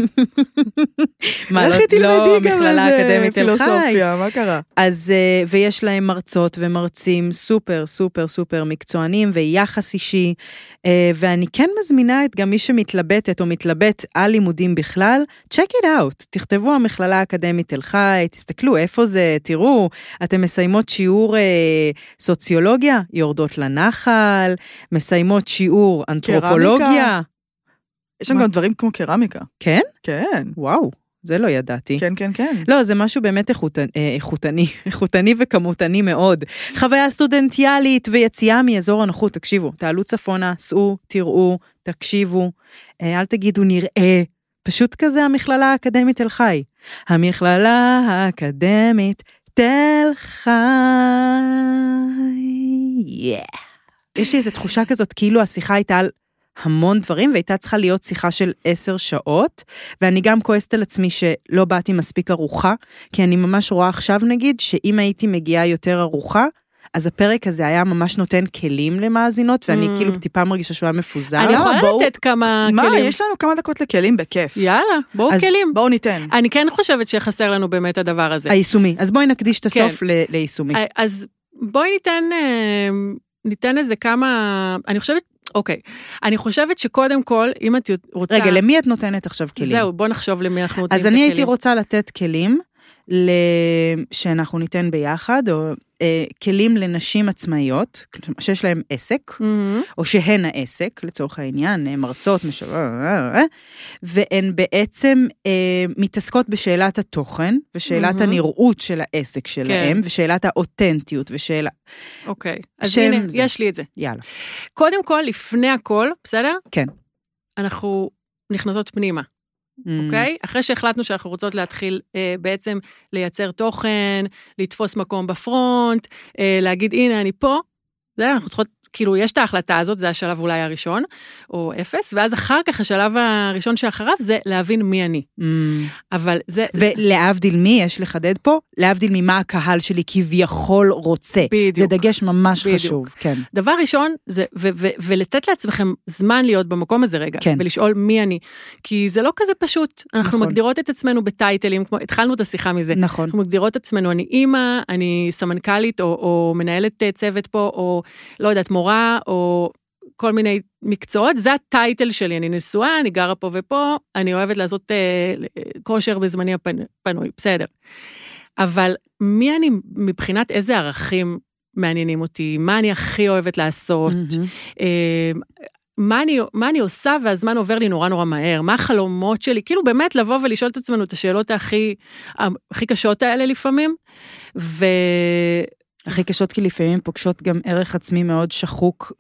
B: לכי
A: לא
B: תלמדי גם
A: מכללה
B: איזה
A: אקדמית תל חי.
B: פילוסופיה, מה קרה?
A: אז, אה, ויש להם מרצות ומרצים סופר סופר סופר מקצוענים ויחס אישי, אה, ואני כן מזמינה את גם מי שמתלבטת או מתלבט על לימודים בכלל, check it out, תכתבו המכללה האקדמית תל חי, תסתכלו איפה זה, תראו, אתם מסיימות שיעור אה, סוציולוגיה, יורדות לנחל, מסיימות שיעור אנתרופולוגיה,
B: יש שם
A: מה?
B: גם דברים כמו קרמיקה.
A: כן?
B: כן,
A: וואו, זה לא ידעתי.
B: כן, כן, כן.
A: לא, זה משהו באמת איכות, אה, איכותני, איכותני וכמותני מאוד. חוויה סטודנטיאלית ויציאה מאזור הנוחות, תקשיבו, תעלו צפונה, סעו, תראו, תקשיבו, אה, אל תגידו נראה, פשוט כזה המכללה האקדמית תל חי. המכללה האקדמית תל חי. Yeah. יש לי איזו תחושה כזאת, כאילו השיחה הייתה על המון דברים, והייתה צריכה להיות שיחה של עשר שעות, ואני גם כועסת על עצמי שלא באתי מספיק ערוכה, כי אני ממש רואה עכשיו נגיד, שאם הייתי מגיעה יותר ערוכה, אז הפרק הזה היה ממש נותן כלים למאזינות, ואני
C: Mm.
A: כאילו טיפה מרגישה שהוא היה מפוזר.
C: אני
B: לא,
C: יכולה
B: בואו-
C: לתת
A: אה,
C: כמה
B: מה,
C: כלים.
B: יש לנו כמה דקות לכלים בכיף.
C: יאללה, בואו
A: אז
C: כלים.
B: בואו ניתן.
C: אני כן חושבת שחסר לנו באמת הדבר הזה.
A: היישומי. אז בואי נקדיש את
C: כן.
A: הסוף ל- ליישומי.
C: אה, אז בואי ניתן, אה, ניתן איזה כמה, אני חושבת, אוקיי, אני חושבת שקודם כל, אם את רוצה...
A: רגע, למי את נותנת עכשיו כלים?
C: זהו, בוא נחשוב למי אנחנו נותנים את
A: אז
C: הכלים.
A: אני הייתי רוצה לתת כלים ל... שאנחנו ניתן ביחד, או אה, כלים לנשים עצמאיות, כלומר, שיש להן עסק,
C: מהמם.
A: או שהן העסק, לצורך העניין, אה, מרצות, משל... והן בעצם אה, מתעסקות בשאלת התוכן, ושאלת
C: מהמם. כן.
A: הנראות של העסק שלהם, ושאלת האותנטיות, ושאלה...
C: אוקיי. אז
A: שם
C: הנה,
A: זה.
C: יש לי את זה.
A: יאללה.
C: קודם כל, לפני הכל, בסדר?
A: כן. Mm.
C: אנחנו נכנסות פנימה, אוקיי? אחרי שהחלטנו שאנחנו רוצות להתחיל אה, בעצם לייצר תוכן, לתפוס מקום בפרונט, אה, להגיד, הנה, אני פה, זה, אנחנו צריכות כאילו, יש את ההחלטה הזאת, זה השלב אולי הראשון, או אפס, ואז אחר כך, השלב הראשון שאחריו זה להבין מי אני. אבל זה...
A: Mm, ולהבדיל מי, יש לחדד פה, להבדיל ממה הקהל שלי כביכול רוצה.
C: בדיוק.
A: זה דגש ממש
C: בדיוק.
A: חשוב, כן.
C: דבר ראשון, זה, ו- ו- ולתת לעצמכם זמן להיות במקום הזה רגע,
A: כן.
C: ולשאול מי אני. כי זה לא כזה פשוט, אנחנו
A: נכון.
C: מגדירות את עצמנו בטייטלים, כמו, התחלנו את השיחה מזה.
A: נכון.
C: אנחנו מגדירות את עצמנו, אני אימא, אני סמנכ"לית, או, או מנהלת אה, צוות פה, או לא יודעת, מורה, או כל מיני מקצועות, זה הטייטל שלי, אני נשואה, אני גרה פה ופה, אני אוהבת לעשות אה, כושר בזמני הפנוי, בסדר. אבל מי אני, מבחינת איזה ערכים מעניינים אותי, מה אני הכי אוהבת לעשות,
A: מהמם.
C: אה, מה אני, מה אני עושה והזמן עובר לי נורא נורא מהר, מה החלומות שלי, כאילו באמת לבוא ולשאול את עצמנו את השאלות הכי, הכי קשות האלה לפעמים, ו...
A: הכי קשות כי לפעמים פוגשות גם ערך עצמי מאוד שחוק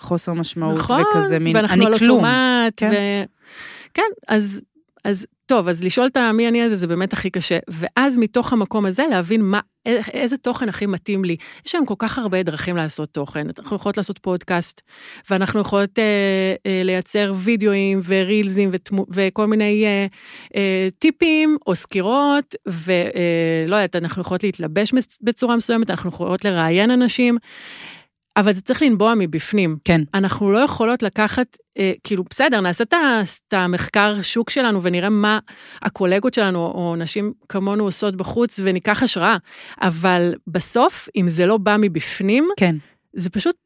A: וחוסר משמעות
C: נכון,
A: וכזה מין,
C: ואנחנו
A: אני
C: על
A: כלום.
C: אוטומט,
A: כן.
C: ו... כן, אז, אז טוב, אז לשאול את המי אני הזה זה באמת הכי קשה, ואז מתוך המקום הזה להבין מה, איך- איזה תוכן הכי מתאים לי. יש היום כל כך הרבה דרכים לעשות תוכן, אנחנו יכולות לעשות פודקאסט, ואנחנו יכולות אה, אה, לייצר וידאוים ורילזים ותמו, וכל מיני אה, אה, טיפים או סקירות, ולא אה, לא יודעת, אנחנו יכולות להתלבש מס- בצורה מסוימת, אנחנו יכולות לראיין אנשים. אבל זה צריך לנבוע מבפנים.
A: כן.
C: אנחנו לא יכולות לקחת, אה, כאילו, בסדר, נעשה את ה- את המחקר שוק שלנו ונראה מה הקולגות שלנו או נשים כמונו עושות בחוץ וניקח השראה, אבל בסוף, אם זה לא בא מבפנים,
A: כן,
C: זה פשוט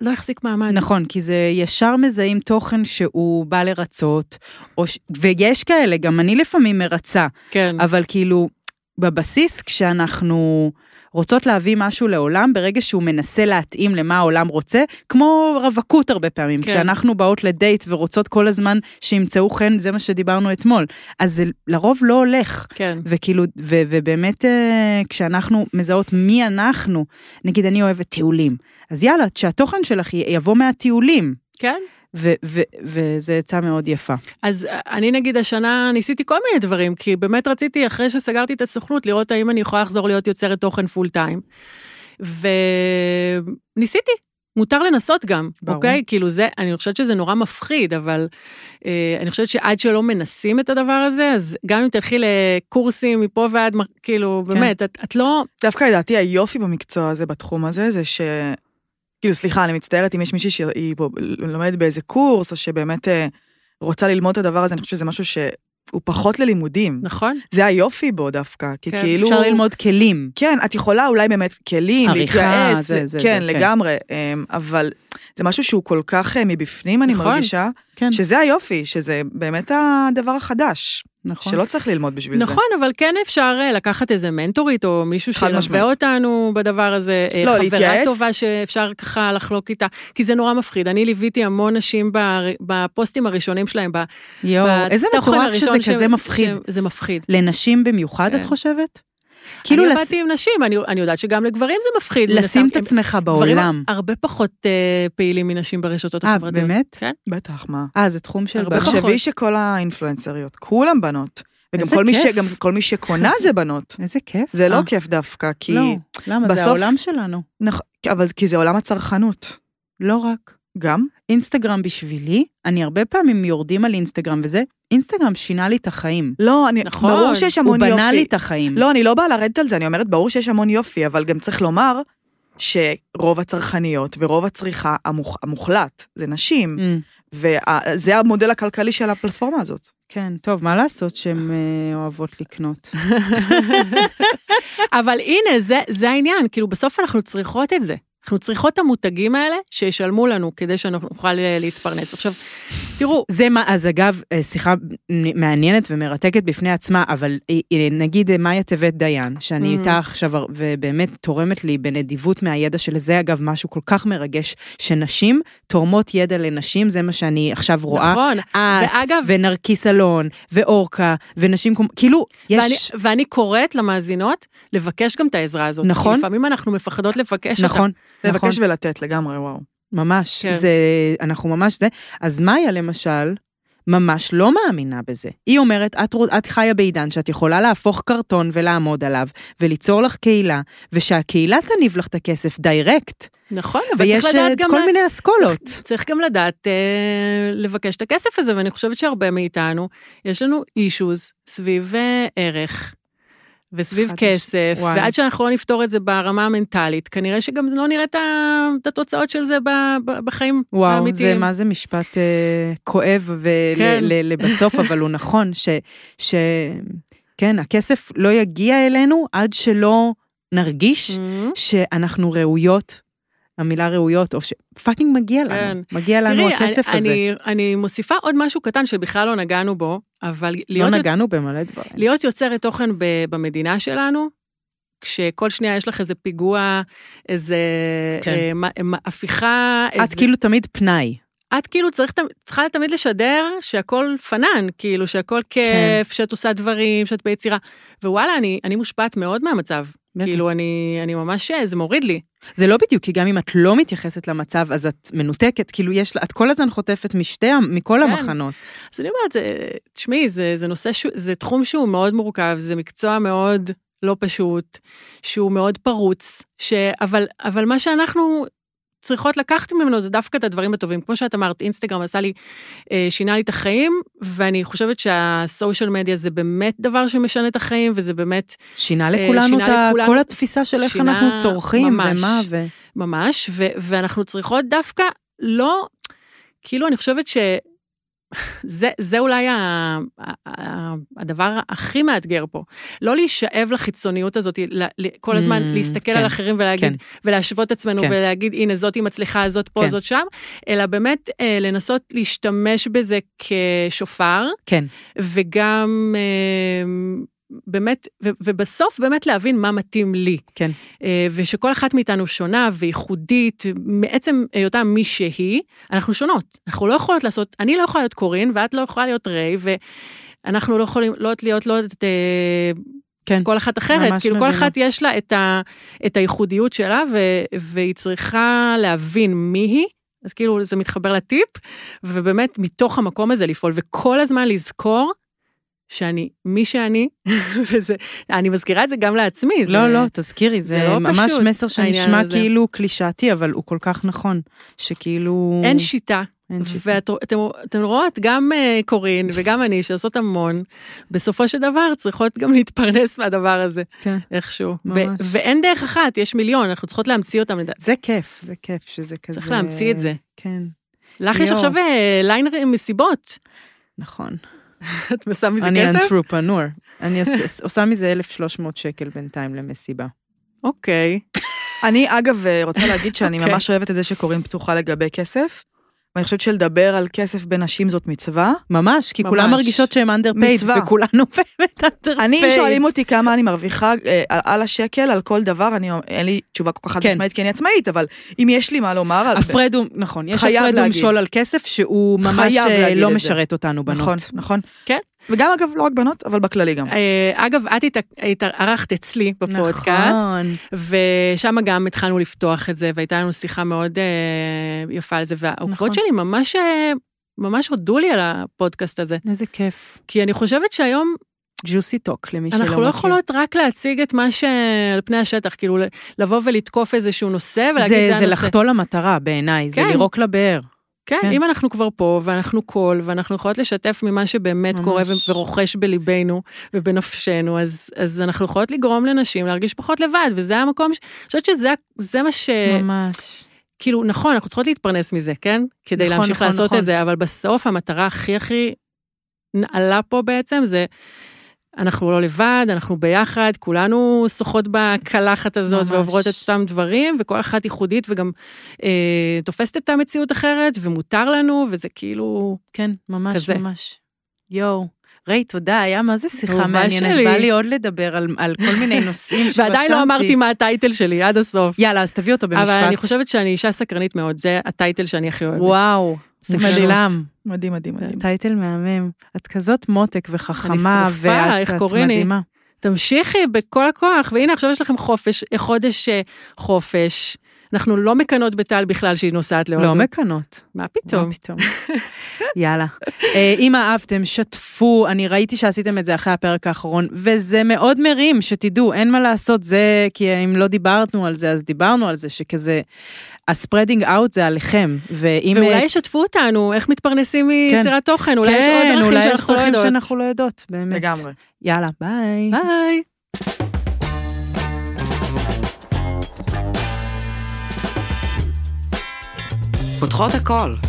C: לא יחזיק מעמד.
A: נכון, כי זה ישר מזהים תוכן שהוא בא לרצות, או ש... ויש כאלה, גם אני לפעמים מרצה,
C: כן.
A: אבל כאילו, בבסיס, כשאנחנו רוצות להביא משהו לעולם, ברגע שהוא מנסה להתאים למה העולם רוצה, כמו רווקות הרבה פעמים,
C: כן.
A: כן. כשאנחנו באות לדייט ורוצות כל הזמן שימצאו חן, זה מה שדיברנו אתמול, אז זה לרוב לא הולך.
C: כן.
A: וכאילו, ו- ובאמת, אה, כשאנחנו מזהות מי אנחנו, נגיד אני אוהבת טיולים, אז יאללה, שהתוכן שלך י- יבוא מהטיולים,
C: כן.
A: ו- ו- וזו עצה מאוד יפה.
B: כאילו-
C: אז אה, אני נגיד השנה ניסיתי כל מיני דברים, כי באמת רציתי, אחרי שסגרתי את הסוכנות, לראות האם אני יכולה לחזור להיות יוצרת תוכן פול טיים. וניסיתי. מותר לנסות גם,
A: ברור.
C: אוקיי? כאילו זה, אני חושבת שזה נורא מפחיד, אבל אה, אני חושבת שעד שלא מנסים את הדבר הזה, אז גם אם תלכי לקורסים מפה ועד, מ- כאילו,
A: כן.
C: באמת, את, את לא...
B: דווקא לדעתי היופי במקצוע הזה, בתחום הזה, זה ש... כאילו, סליחה, אני מצטערת אם יש מישהי שהיא פה לומדת באיזה קורס, או שבאמת אה, רוצה ללמוד את הדבר הזה, אני חושבת שזה משהו שהוא פחות ללימודים.
C: נכון?
B: זה היופי בו דווקא, כי
C: כן,
B: כאילו...
A: אפשר ללמוד כלים.
B: כן, את יכולה אולי באמת כלים,
A: עריכה,
B: להתייעץ,
A: זה, זה,
B: כן,
A: זה, כן.
B: לגמרי, אמ, אבל זה משהו שהוא כל כך אה, מבפנים, אני
C: נכון.
B: מרגישה,
A: כן,
B: שזה היופי, שזה באמת הדבר החדש,
A: נכון.
B: שלא צריך ללמוד בשביל זה.
C: נכון, אבל כן אפשר אה, לקחת איזה מנטורית או מישהו
B: חד
C: שילווה
B: משמעית.
C: אותנו בדבר הזה, אה,
B: לא,
C: חברה
B: להתייעץ.
C: טובה שאפשר ככה לחלוק איתה, כי זה נורא מפחיד. אני ליוויתי המון נשים בר- בפוסטים הראשונים שלהם, ב-
A: יואו,
C: בתוכן
A: איזה מטורף שזה
C: הראשון
A: כזה
C: שהם-
A: מפחיד.
C: שהם- זה מפחיד.
A: לנשים במיוחד, את
C: כן.
A: חושבת?
C: כאילו
A: כאילו
C: אני
A: לס-
C: עבדתי עם נשים, אני, אני יודעת שגם לגברים זה מפחיד.
A: לשים
C: לנסם-
A: את עצמך
C: הם- גברים
A: בעולם.
C: הרבה פחות אה, פעילים מנשים ברשתות
A: אה,
C: החברתיות.
A: באמת?
C: כן.
B: בטח, מה?
A: אה, זה תחום של
C: הרבה
A: בנות.
C: פחות.
B: תחשבי שכל האינפלואנסריות, כולם בנות. וגם
A: איזה
B: כל מי, ש,
A: כיף.
B: גם כל מי שקונה זה בנות.
A: איזה כיף.
B: זה לא
A: אה,
B: כיף דווקא, כי...
A: לא, למה? זה
B: בסוף-
A: העולם שלנו.
B: נכון, אבל כי זה עולם הצרכנות.
A: לא רק.
B: גם?
A: אינסטגרם בשבילי, אני הרבה פעמים יורדים על אינסטגרם וזה, אינסטגרם שינה לי את החיים.
B: לא, אני...
C: נכון,
B: ברור שיש
A: הוא
B: המון יופי.
A: בנה לי את החיים.
B: לא, אני לא באה לרדת על זה, אני אומרת, ברור שיש המון יופי, אבל גם צריך לומר שרוב הצרכניות ורוב הצריכה המוח, המוחלט זה נשים,
A: Mm,
B: וזה המודל הכלכלי של הפלטפורמה הזאת.
A: כן, טוב, מה לעשות שהן אה, אוהבות לקנות?
C: אבל הנה, זה, זה העניין, כאילו בסוף אנחנו צריכות את זה. אנחנו צריכות את המותגים האלה שישלמו לנו כדי שאנחנו נוכל אה, להתפרנס. עכשיו, תראו,
A: זה מה, אז אגב, אה, שיחה מעניינת ומרתקת בפני עצמה, אבל אה, אה, נגיד אה, מאיה טבת דיין, שאני
C: Mm.
A: איתה עכשיו, הר- ובאמת תורמת לי בנדיבות מהידע שלה, זה אגב משהו כל כך מרגש, שנשים תורמות ידע לנשים, זה מה שאני עכשיו רואה.
C: נכון,
A: את,
C: ואגב-
A: ונרקיס אלון, ואורקה, ונשים, כמו- כאילו, יש...
C: ואני, ואני קוראת למאזינות לבקש גם את העזרה הזאת.
A: נכון.
C: כי לפעמים אנחנו מפחדות לבקש אותה.
A: נכון, נכון.
B: לבקש ולתת לגמרי, וואו.
A: ממש,
C: כן.
A: כן. זה, אנחנו ממש זה. אז מאיה למשל, ממש לא מאמינה בזה. היא אומרת, את, רוצ- את חיה בעידן שאת יכולה להפוך קרטון ולעמוד עליו, וליצור לך קהילה, ושהקהילה תניב לך את הכסף דיירקט.
C: נכון, אבל
A: ויש
C: צריך
A: אה,
C: לדעת גם...
A: כל
C: לה-
A: מיני אסכולות.
C: צריך, צריך גם לדעת אה, לבקש את הכסף הזה, ואני חושבת שהרבה מאיתנו, יש לנו אישוז סביב אה, ערך. וסביב
A: חד מש-
C: כסף,
A: וואי.
C: ועד שאנחנו לא נפתור את זה ברמה המנטלית, כנראה שגם לא נראה את ה- את התוצאות של זה ב- ב- בחיים
A: וואו,
C: האמיתיים.
A: זה מה זה משפט אה, כואב
C: כן.
A: ולבסוף, אבל הוא נכון, ש... ש... כן, הכסף לא יגיע אלינו עד שלא נרגיש
C: Mhm.
A: שאנחנו ראויות, המילה ראויות, או שפאקינג מגיע לנו,
C: כן.
A: מגיע לנו
C: תראי,
A: הכסף
C: אני,
A: הזה.
C: אני, אני מוסיפה עוד משהו קטן שבכלל לא נגענו בו, אבל
A: לא
C: להיות,
A: נגענו במלא דברים.
C: להיות יוצרת תוכן ב, במדינה שלנו, כשכל שנייה יש לך איזה פיגוע, איזה
A: כן.
C: כן. אה, מה- מה- הפיכה,
A: את כאילו תמיד פנאי.
C: את כאילו צריך, תמ- צריכה תמיד לשדר שהכל פנן, כאילו שהכל כיף, כן. שאת עושה דברים, שאת ביצירה. ווואלה, אני, אני מושפעת מאוד מהמצב.
A: בטח.
C: כאילו, אני, אני ממש, אה, זה מוריד לי.
A: זה לא בדיוק, כי גם אם את לא מתייחסת למצב, אז את מנותקת, כאילו יש, לה- את כל הזמן חוטפת משתי, ה- מכל
C: כן.
A: המחנות.
C: אז אני אומרת, זה- תשמעי, זה, זה נושא, שהוא- זה תחום שהוא מאוד מורכב, זה מקצוע מאוד לא פשוט, שהוא מאוד פרוץ, ש, אבל, אבל מה שאנחנו צריכות לקחת ממנו זה דווקא את הדברים הטובים. כמו שאת אמרת, אינסטגרם עשה לי, אה, שינה לי את החיים, ואני חושבת שהסושיאל מדיה זה באמת דבר שמשנה את החיים, וזה באמת
A: שינה
C: אה,
A: לכולנו
C: שינה
A: את ה-
C: לכולנו.
A: כל התפיסה של איך
C: שינה
A: אנחנו צורכים,
C: ממש.
A: ומה, ו...
C: ממש, ו- ואנחנו צריכות דווקא לא, כאילו, אני חושבת ש... זה, זה אולי ה, ה, ה, הדבר הכי מאתגר פה. לא להישאב לחיצוניות הזאת, ל, ל, כל הזמן
A: Mm,
C: mm, להסתכל
A: כן,
C: כן, על אחרים
A: כן.
C: ולהגיד, כן, ולהשוות את עצמנו
A: כן.
C: כן. ולהגיד, הנה, זאתי מצליחה, זאת פה,
A: כן.
C: כן. זאת שם, אלא באמת אה, לנסות להשתמש בזה כשופר,
A: כן.
C: וגם אה, באמת, ו, ובסוף באמת להבין מה מתאים לי.
A: כן.
C: אה, ושכל אחת מאיתנו שונה וייחודית, מעצם היותה מי שהיא, אנחנו שונות. אנחנו לא יכולות לעשות, אני לא יכולה להיות קורין, ואת לא יכולה להיות ריי, ואנחנו לא יכולים, לא יודעת להיות, לא יודעת, אה,
A: כן.
C: כל אחת אחרת.
A: ממש
C: כאילו,
A: מבינה.
C: כל אחת יש לה את, ה, את הייחודיות שלה, ו, והיא צריכה להבין מי היא. אז כאילו זה מתחבר לטיפ, ובאמת מתוך המקום הזה לפעול, וכל הזמן לזכור שאני מי שאני, וזה, אני מזכירה את זה גם לעצמי. זה...
A: לא, לא, תזכירי, זה,
C: זה לא
A: ממש
C: פשוט,
A: מסר שנשמע
C: העניין הזה. כאילו
A: כאילו קלישאתי, אבל הוא כל כך נכון, שכאילו...
C: אין שיטה,
A: אין שיטה.
C: ואתן רואות, גם אה, קורין וגם אני, שעושות המון, בסופו של דבר צריכות גם להתפרנס מהדבר הזה,
A: כן.
C: איכשהו. ו-
A: ממש.
C: ואין דרך אחת, יש מיליון, אנחנו צריכות להמציא אותם, לדעתי.
A: זה כיף, זה כיף שזה כזה...
C: צריך להמציא את זה.
A: כן,
C: לך יש
A: יואו.
C: עכשיו אה, ליין ר- מסיבות,
A: נכון.
C: את עושה מזה
A: אני
C: כסף?
A: אנטרופנור. אני עוש- עושה מזה 1,300 שקל בינתיים למסיבה.
C: אוקיי.
B: אני, אגב, אה, רוצה להגיד שאני
C: אוקיי.
B: ממש אוהבת את זה שקוראים פתוחה לגבי כסף. ואני חושבת שלדבר על כסף בנשים זאת מצווה.
A: ממש, כי
C: ממש.
A: כולן מרגישות שהן underpaid,
B: מצווה.
A: וכולנו באמת underpaid.
B: אני, אם שואלים אותי כמה אני מרוויחה אה, על- על השקל, על כל דבר, אני, אין לי תשובה כל כך חד
A: כן.
B: משמעית, כי אני עצמאית, אבל אם יש לי מה לומר על...
A: הפרדו, נכון, יש
B: חייב
A: הפרדו
B: להגיד.
A: משול על כסף שהוא ממש
B: חייב
A: אה,
B: להגיד
A: לא
B: את זה.
A: משרת אותנו בנות.
B: נכון, נכון.
C: כן.
B: וגם, אגב, לא רק בנות, אבל בכללי גם.
C: אה, אגב, את התאר- התארחת אצלי בפודקאסט,
A: נכון.
C: ושם גם התחלנו לפתוח את זה, והייתה לנו שיחה מאוד אה, יפה על זה,
A: נכון.
C: והעוקבות שלי ממש, אה, ממש הודו לי על הפודקאסט הזה.
A: איזה כיף.
C: כי אני חושבת שהיום
A: ג'וסי טוק, למי שלא מכיר.
C: אנחנו לא יכולות רק להציג את מה שעל פני השטח, כאילו לבוא ולתקוף איזשהו נושא ולהגיד זה
A: זה, זה
C: הנושא.
A: לחטוא למטרה בעיניי, זה
C: כן.
A: לירוק לבאר.
C: כן,
A: כן.
C: אם אנחנו כבר פה, ואנחנו קול, ואנחנו יכולות לשתף ממה שבאמת
A: ממש.
C: קורה ו- ורוכש בליבנו ובנפשנו, אז, אז אנחנו יכולות לגרום לנשים להרגיש פחות לבד, וזה המקום, ש... אני חושבת שזה זה מה ש...
A: ממש.
C: כאילו, נכון, אנחנו צריכות להתפרנס מזה, כן? כדי
A: נכון,
C: להמשיך
A: נכון,
C: לעשות
A: נכון.
C: את זה, אבל בסוף המטרה הכי הכי נעלה פה בעצם זה, אנחנו לא לבד, אנחנו ביחד, כולנו שוחות בקלחת הזאת
A: ממש.
C: ועוברות את אותם דברים, וכל אחת ייחודית וגם אה, תופסת את המציאות אחרת, ומותר לנו, וזה כאילו...
A: כן, ממש,
C: כזה.
A: ממש. יואו. ריי, תודה, היה מה זה שיחה
C: אהובה
A: מעניינת.
C: שלי.
A: בא לי עוד לדבר על, על כל מיני נושאים שרשמתי.
C: ועדיין לא אמרתי מה הטייטל שלי עד הסוף.
A: יאללה, אז תביא אותו במשפט.
C: אבל אני חושבת שאני אישה סקרנית מאוד, זה הטייטל שאני הכי אוהבת.
A: וואו,
C: סקרנות.
A: מדהים.
B: מדהים, מדהים, מדהים.
A: טייטל מהמם. את כזאת מותק וחכמה,
C: אני שרופה,
A: ואת
C: איך
A: את
C: קוראים לי?
A: מדהימה.
C: תמשיכי בכל הכוח, והנה עכשיו יש לכם חופש, חודש אה, חופש. אנחנו לא מקנות בטל בכלל שהיא נוסעת להודו.
A: לא מקנות.
C: מה
A: טוב.
C: פתאום?
A: פתאום. יאללה. אה, אם אהבתם, שתפו, אני ראיתי שעשיתם את זה אחרי הפרק האחרון, וזה מאוד מרים, שתדעו, אין מה לעשות, זה, כי אם לא דיברנו על זה, אז דיברנו על זה, שכזה, ה-spreading out זה עליכם, ואם...
C: ואולי ישתפו אותנו, איך מתפרנסים
A: אה, כן.
C: מיצירת תוכן, אולי יש עוד דרכים
A: אולי יש
C: שאנחנו לא
A: דרכים
C: יודעות.
A: שאנחנו לא יודעות, באמת.
B: לגמרי.
A: יאללה, ביי.
C: ביי.
D: פותחות הכל.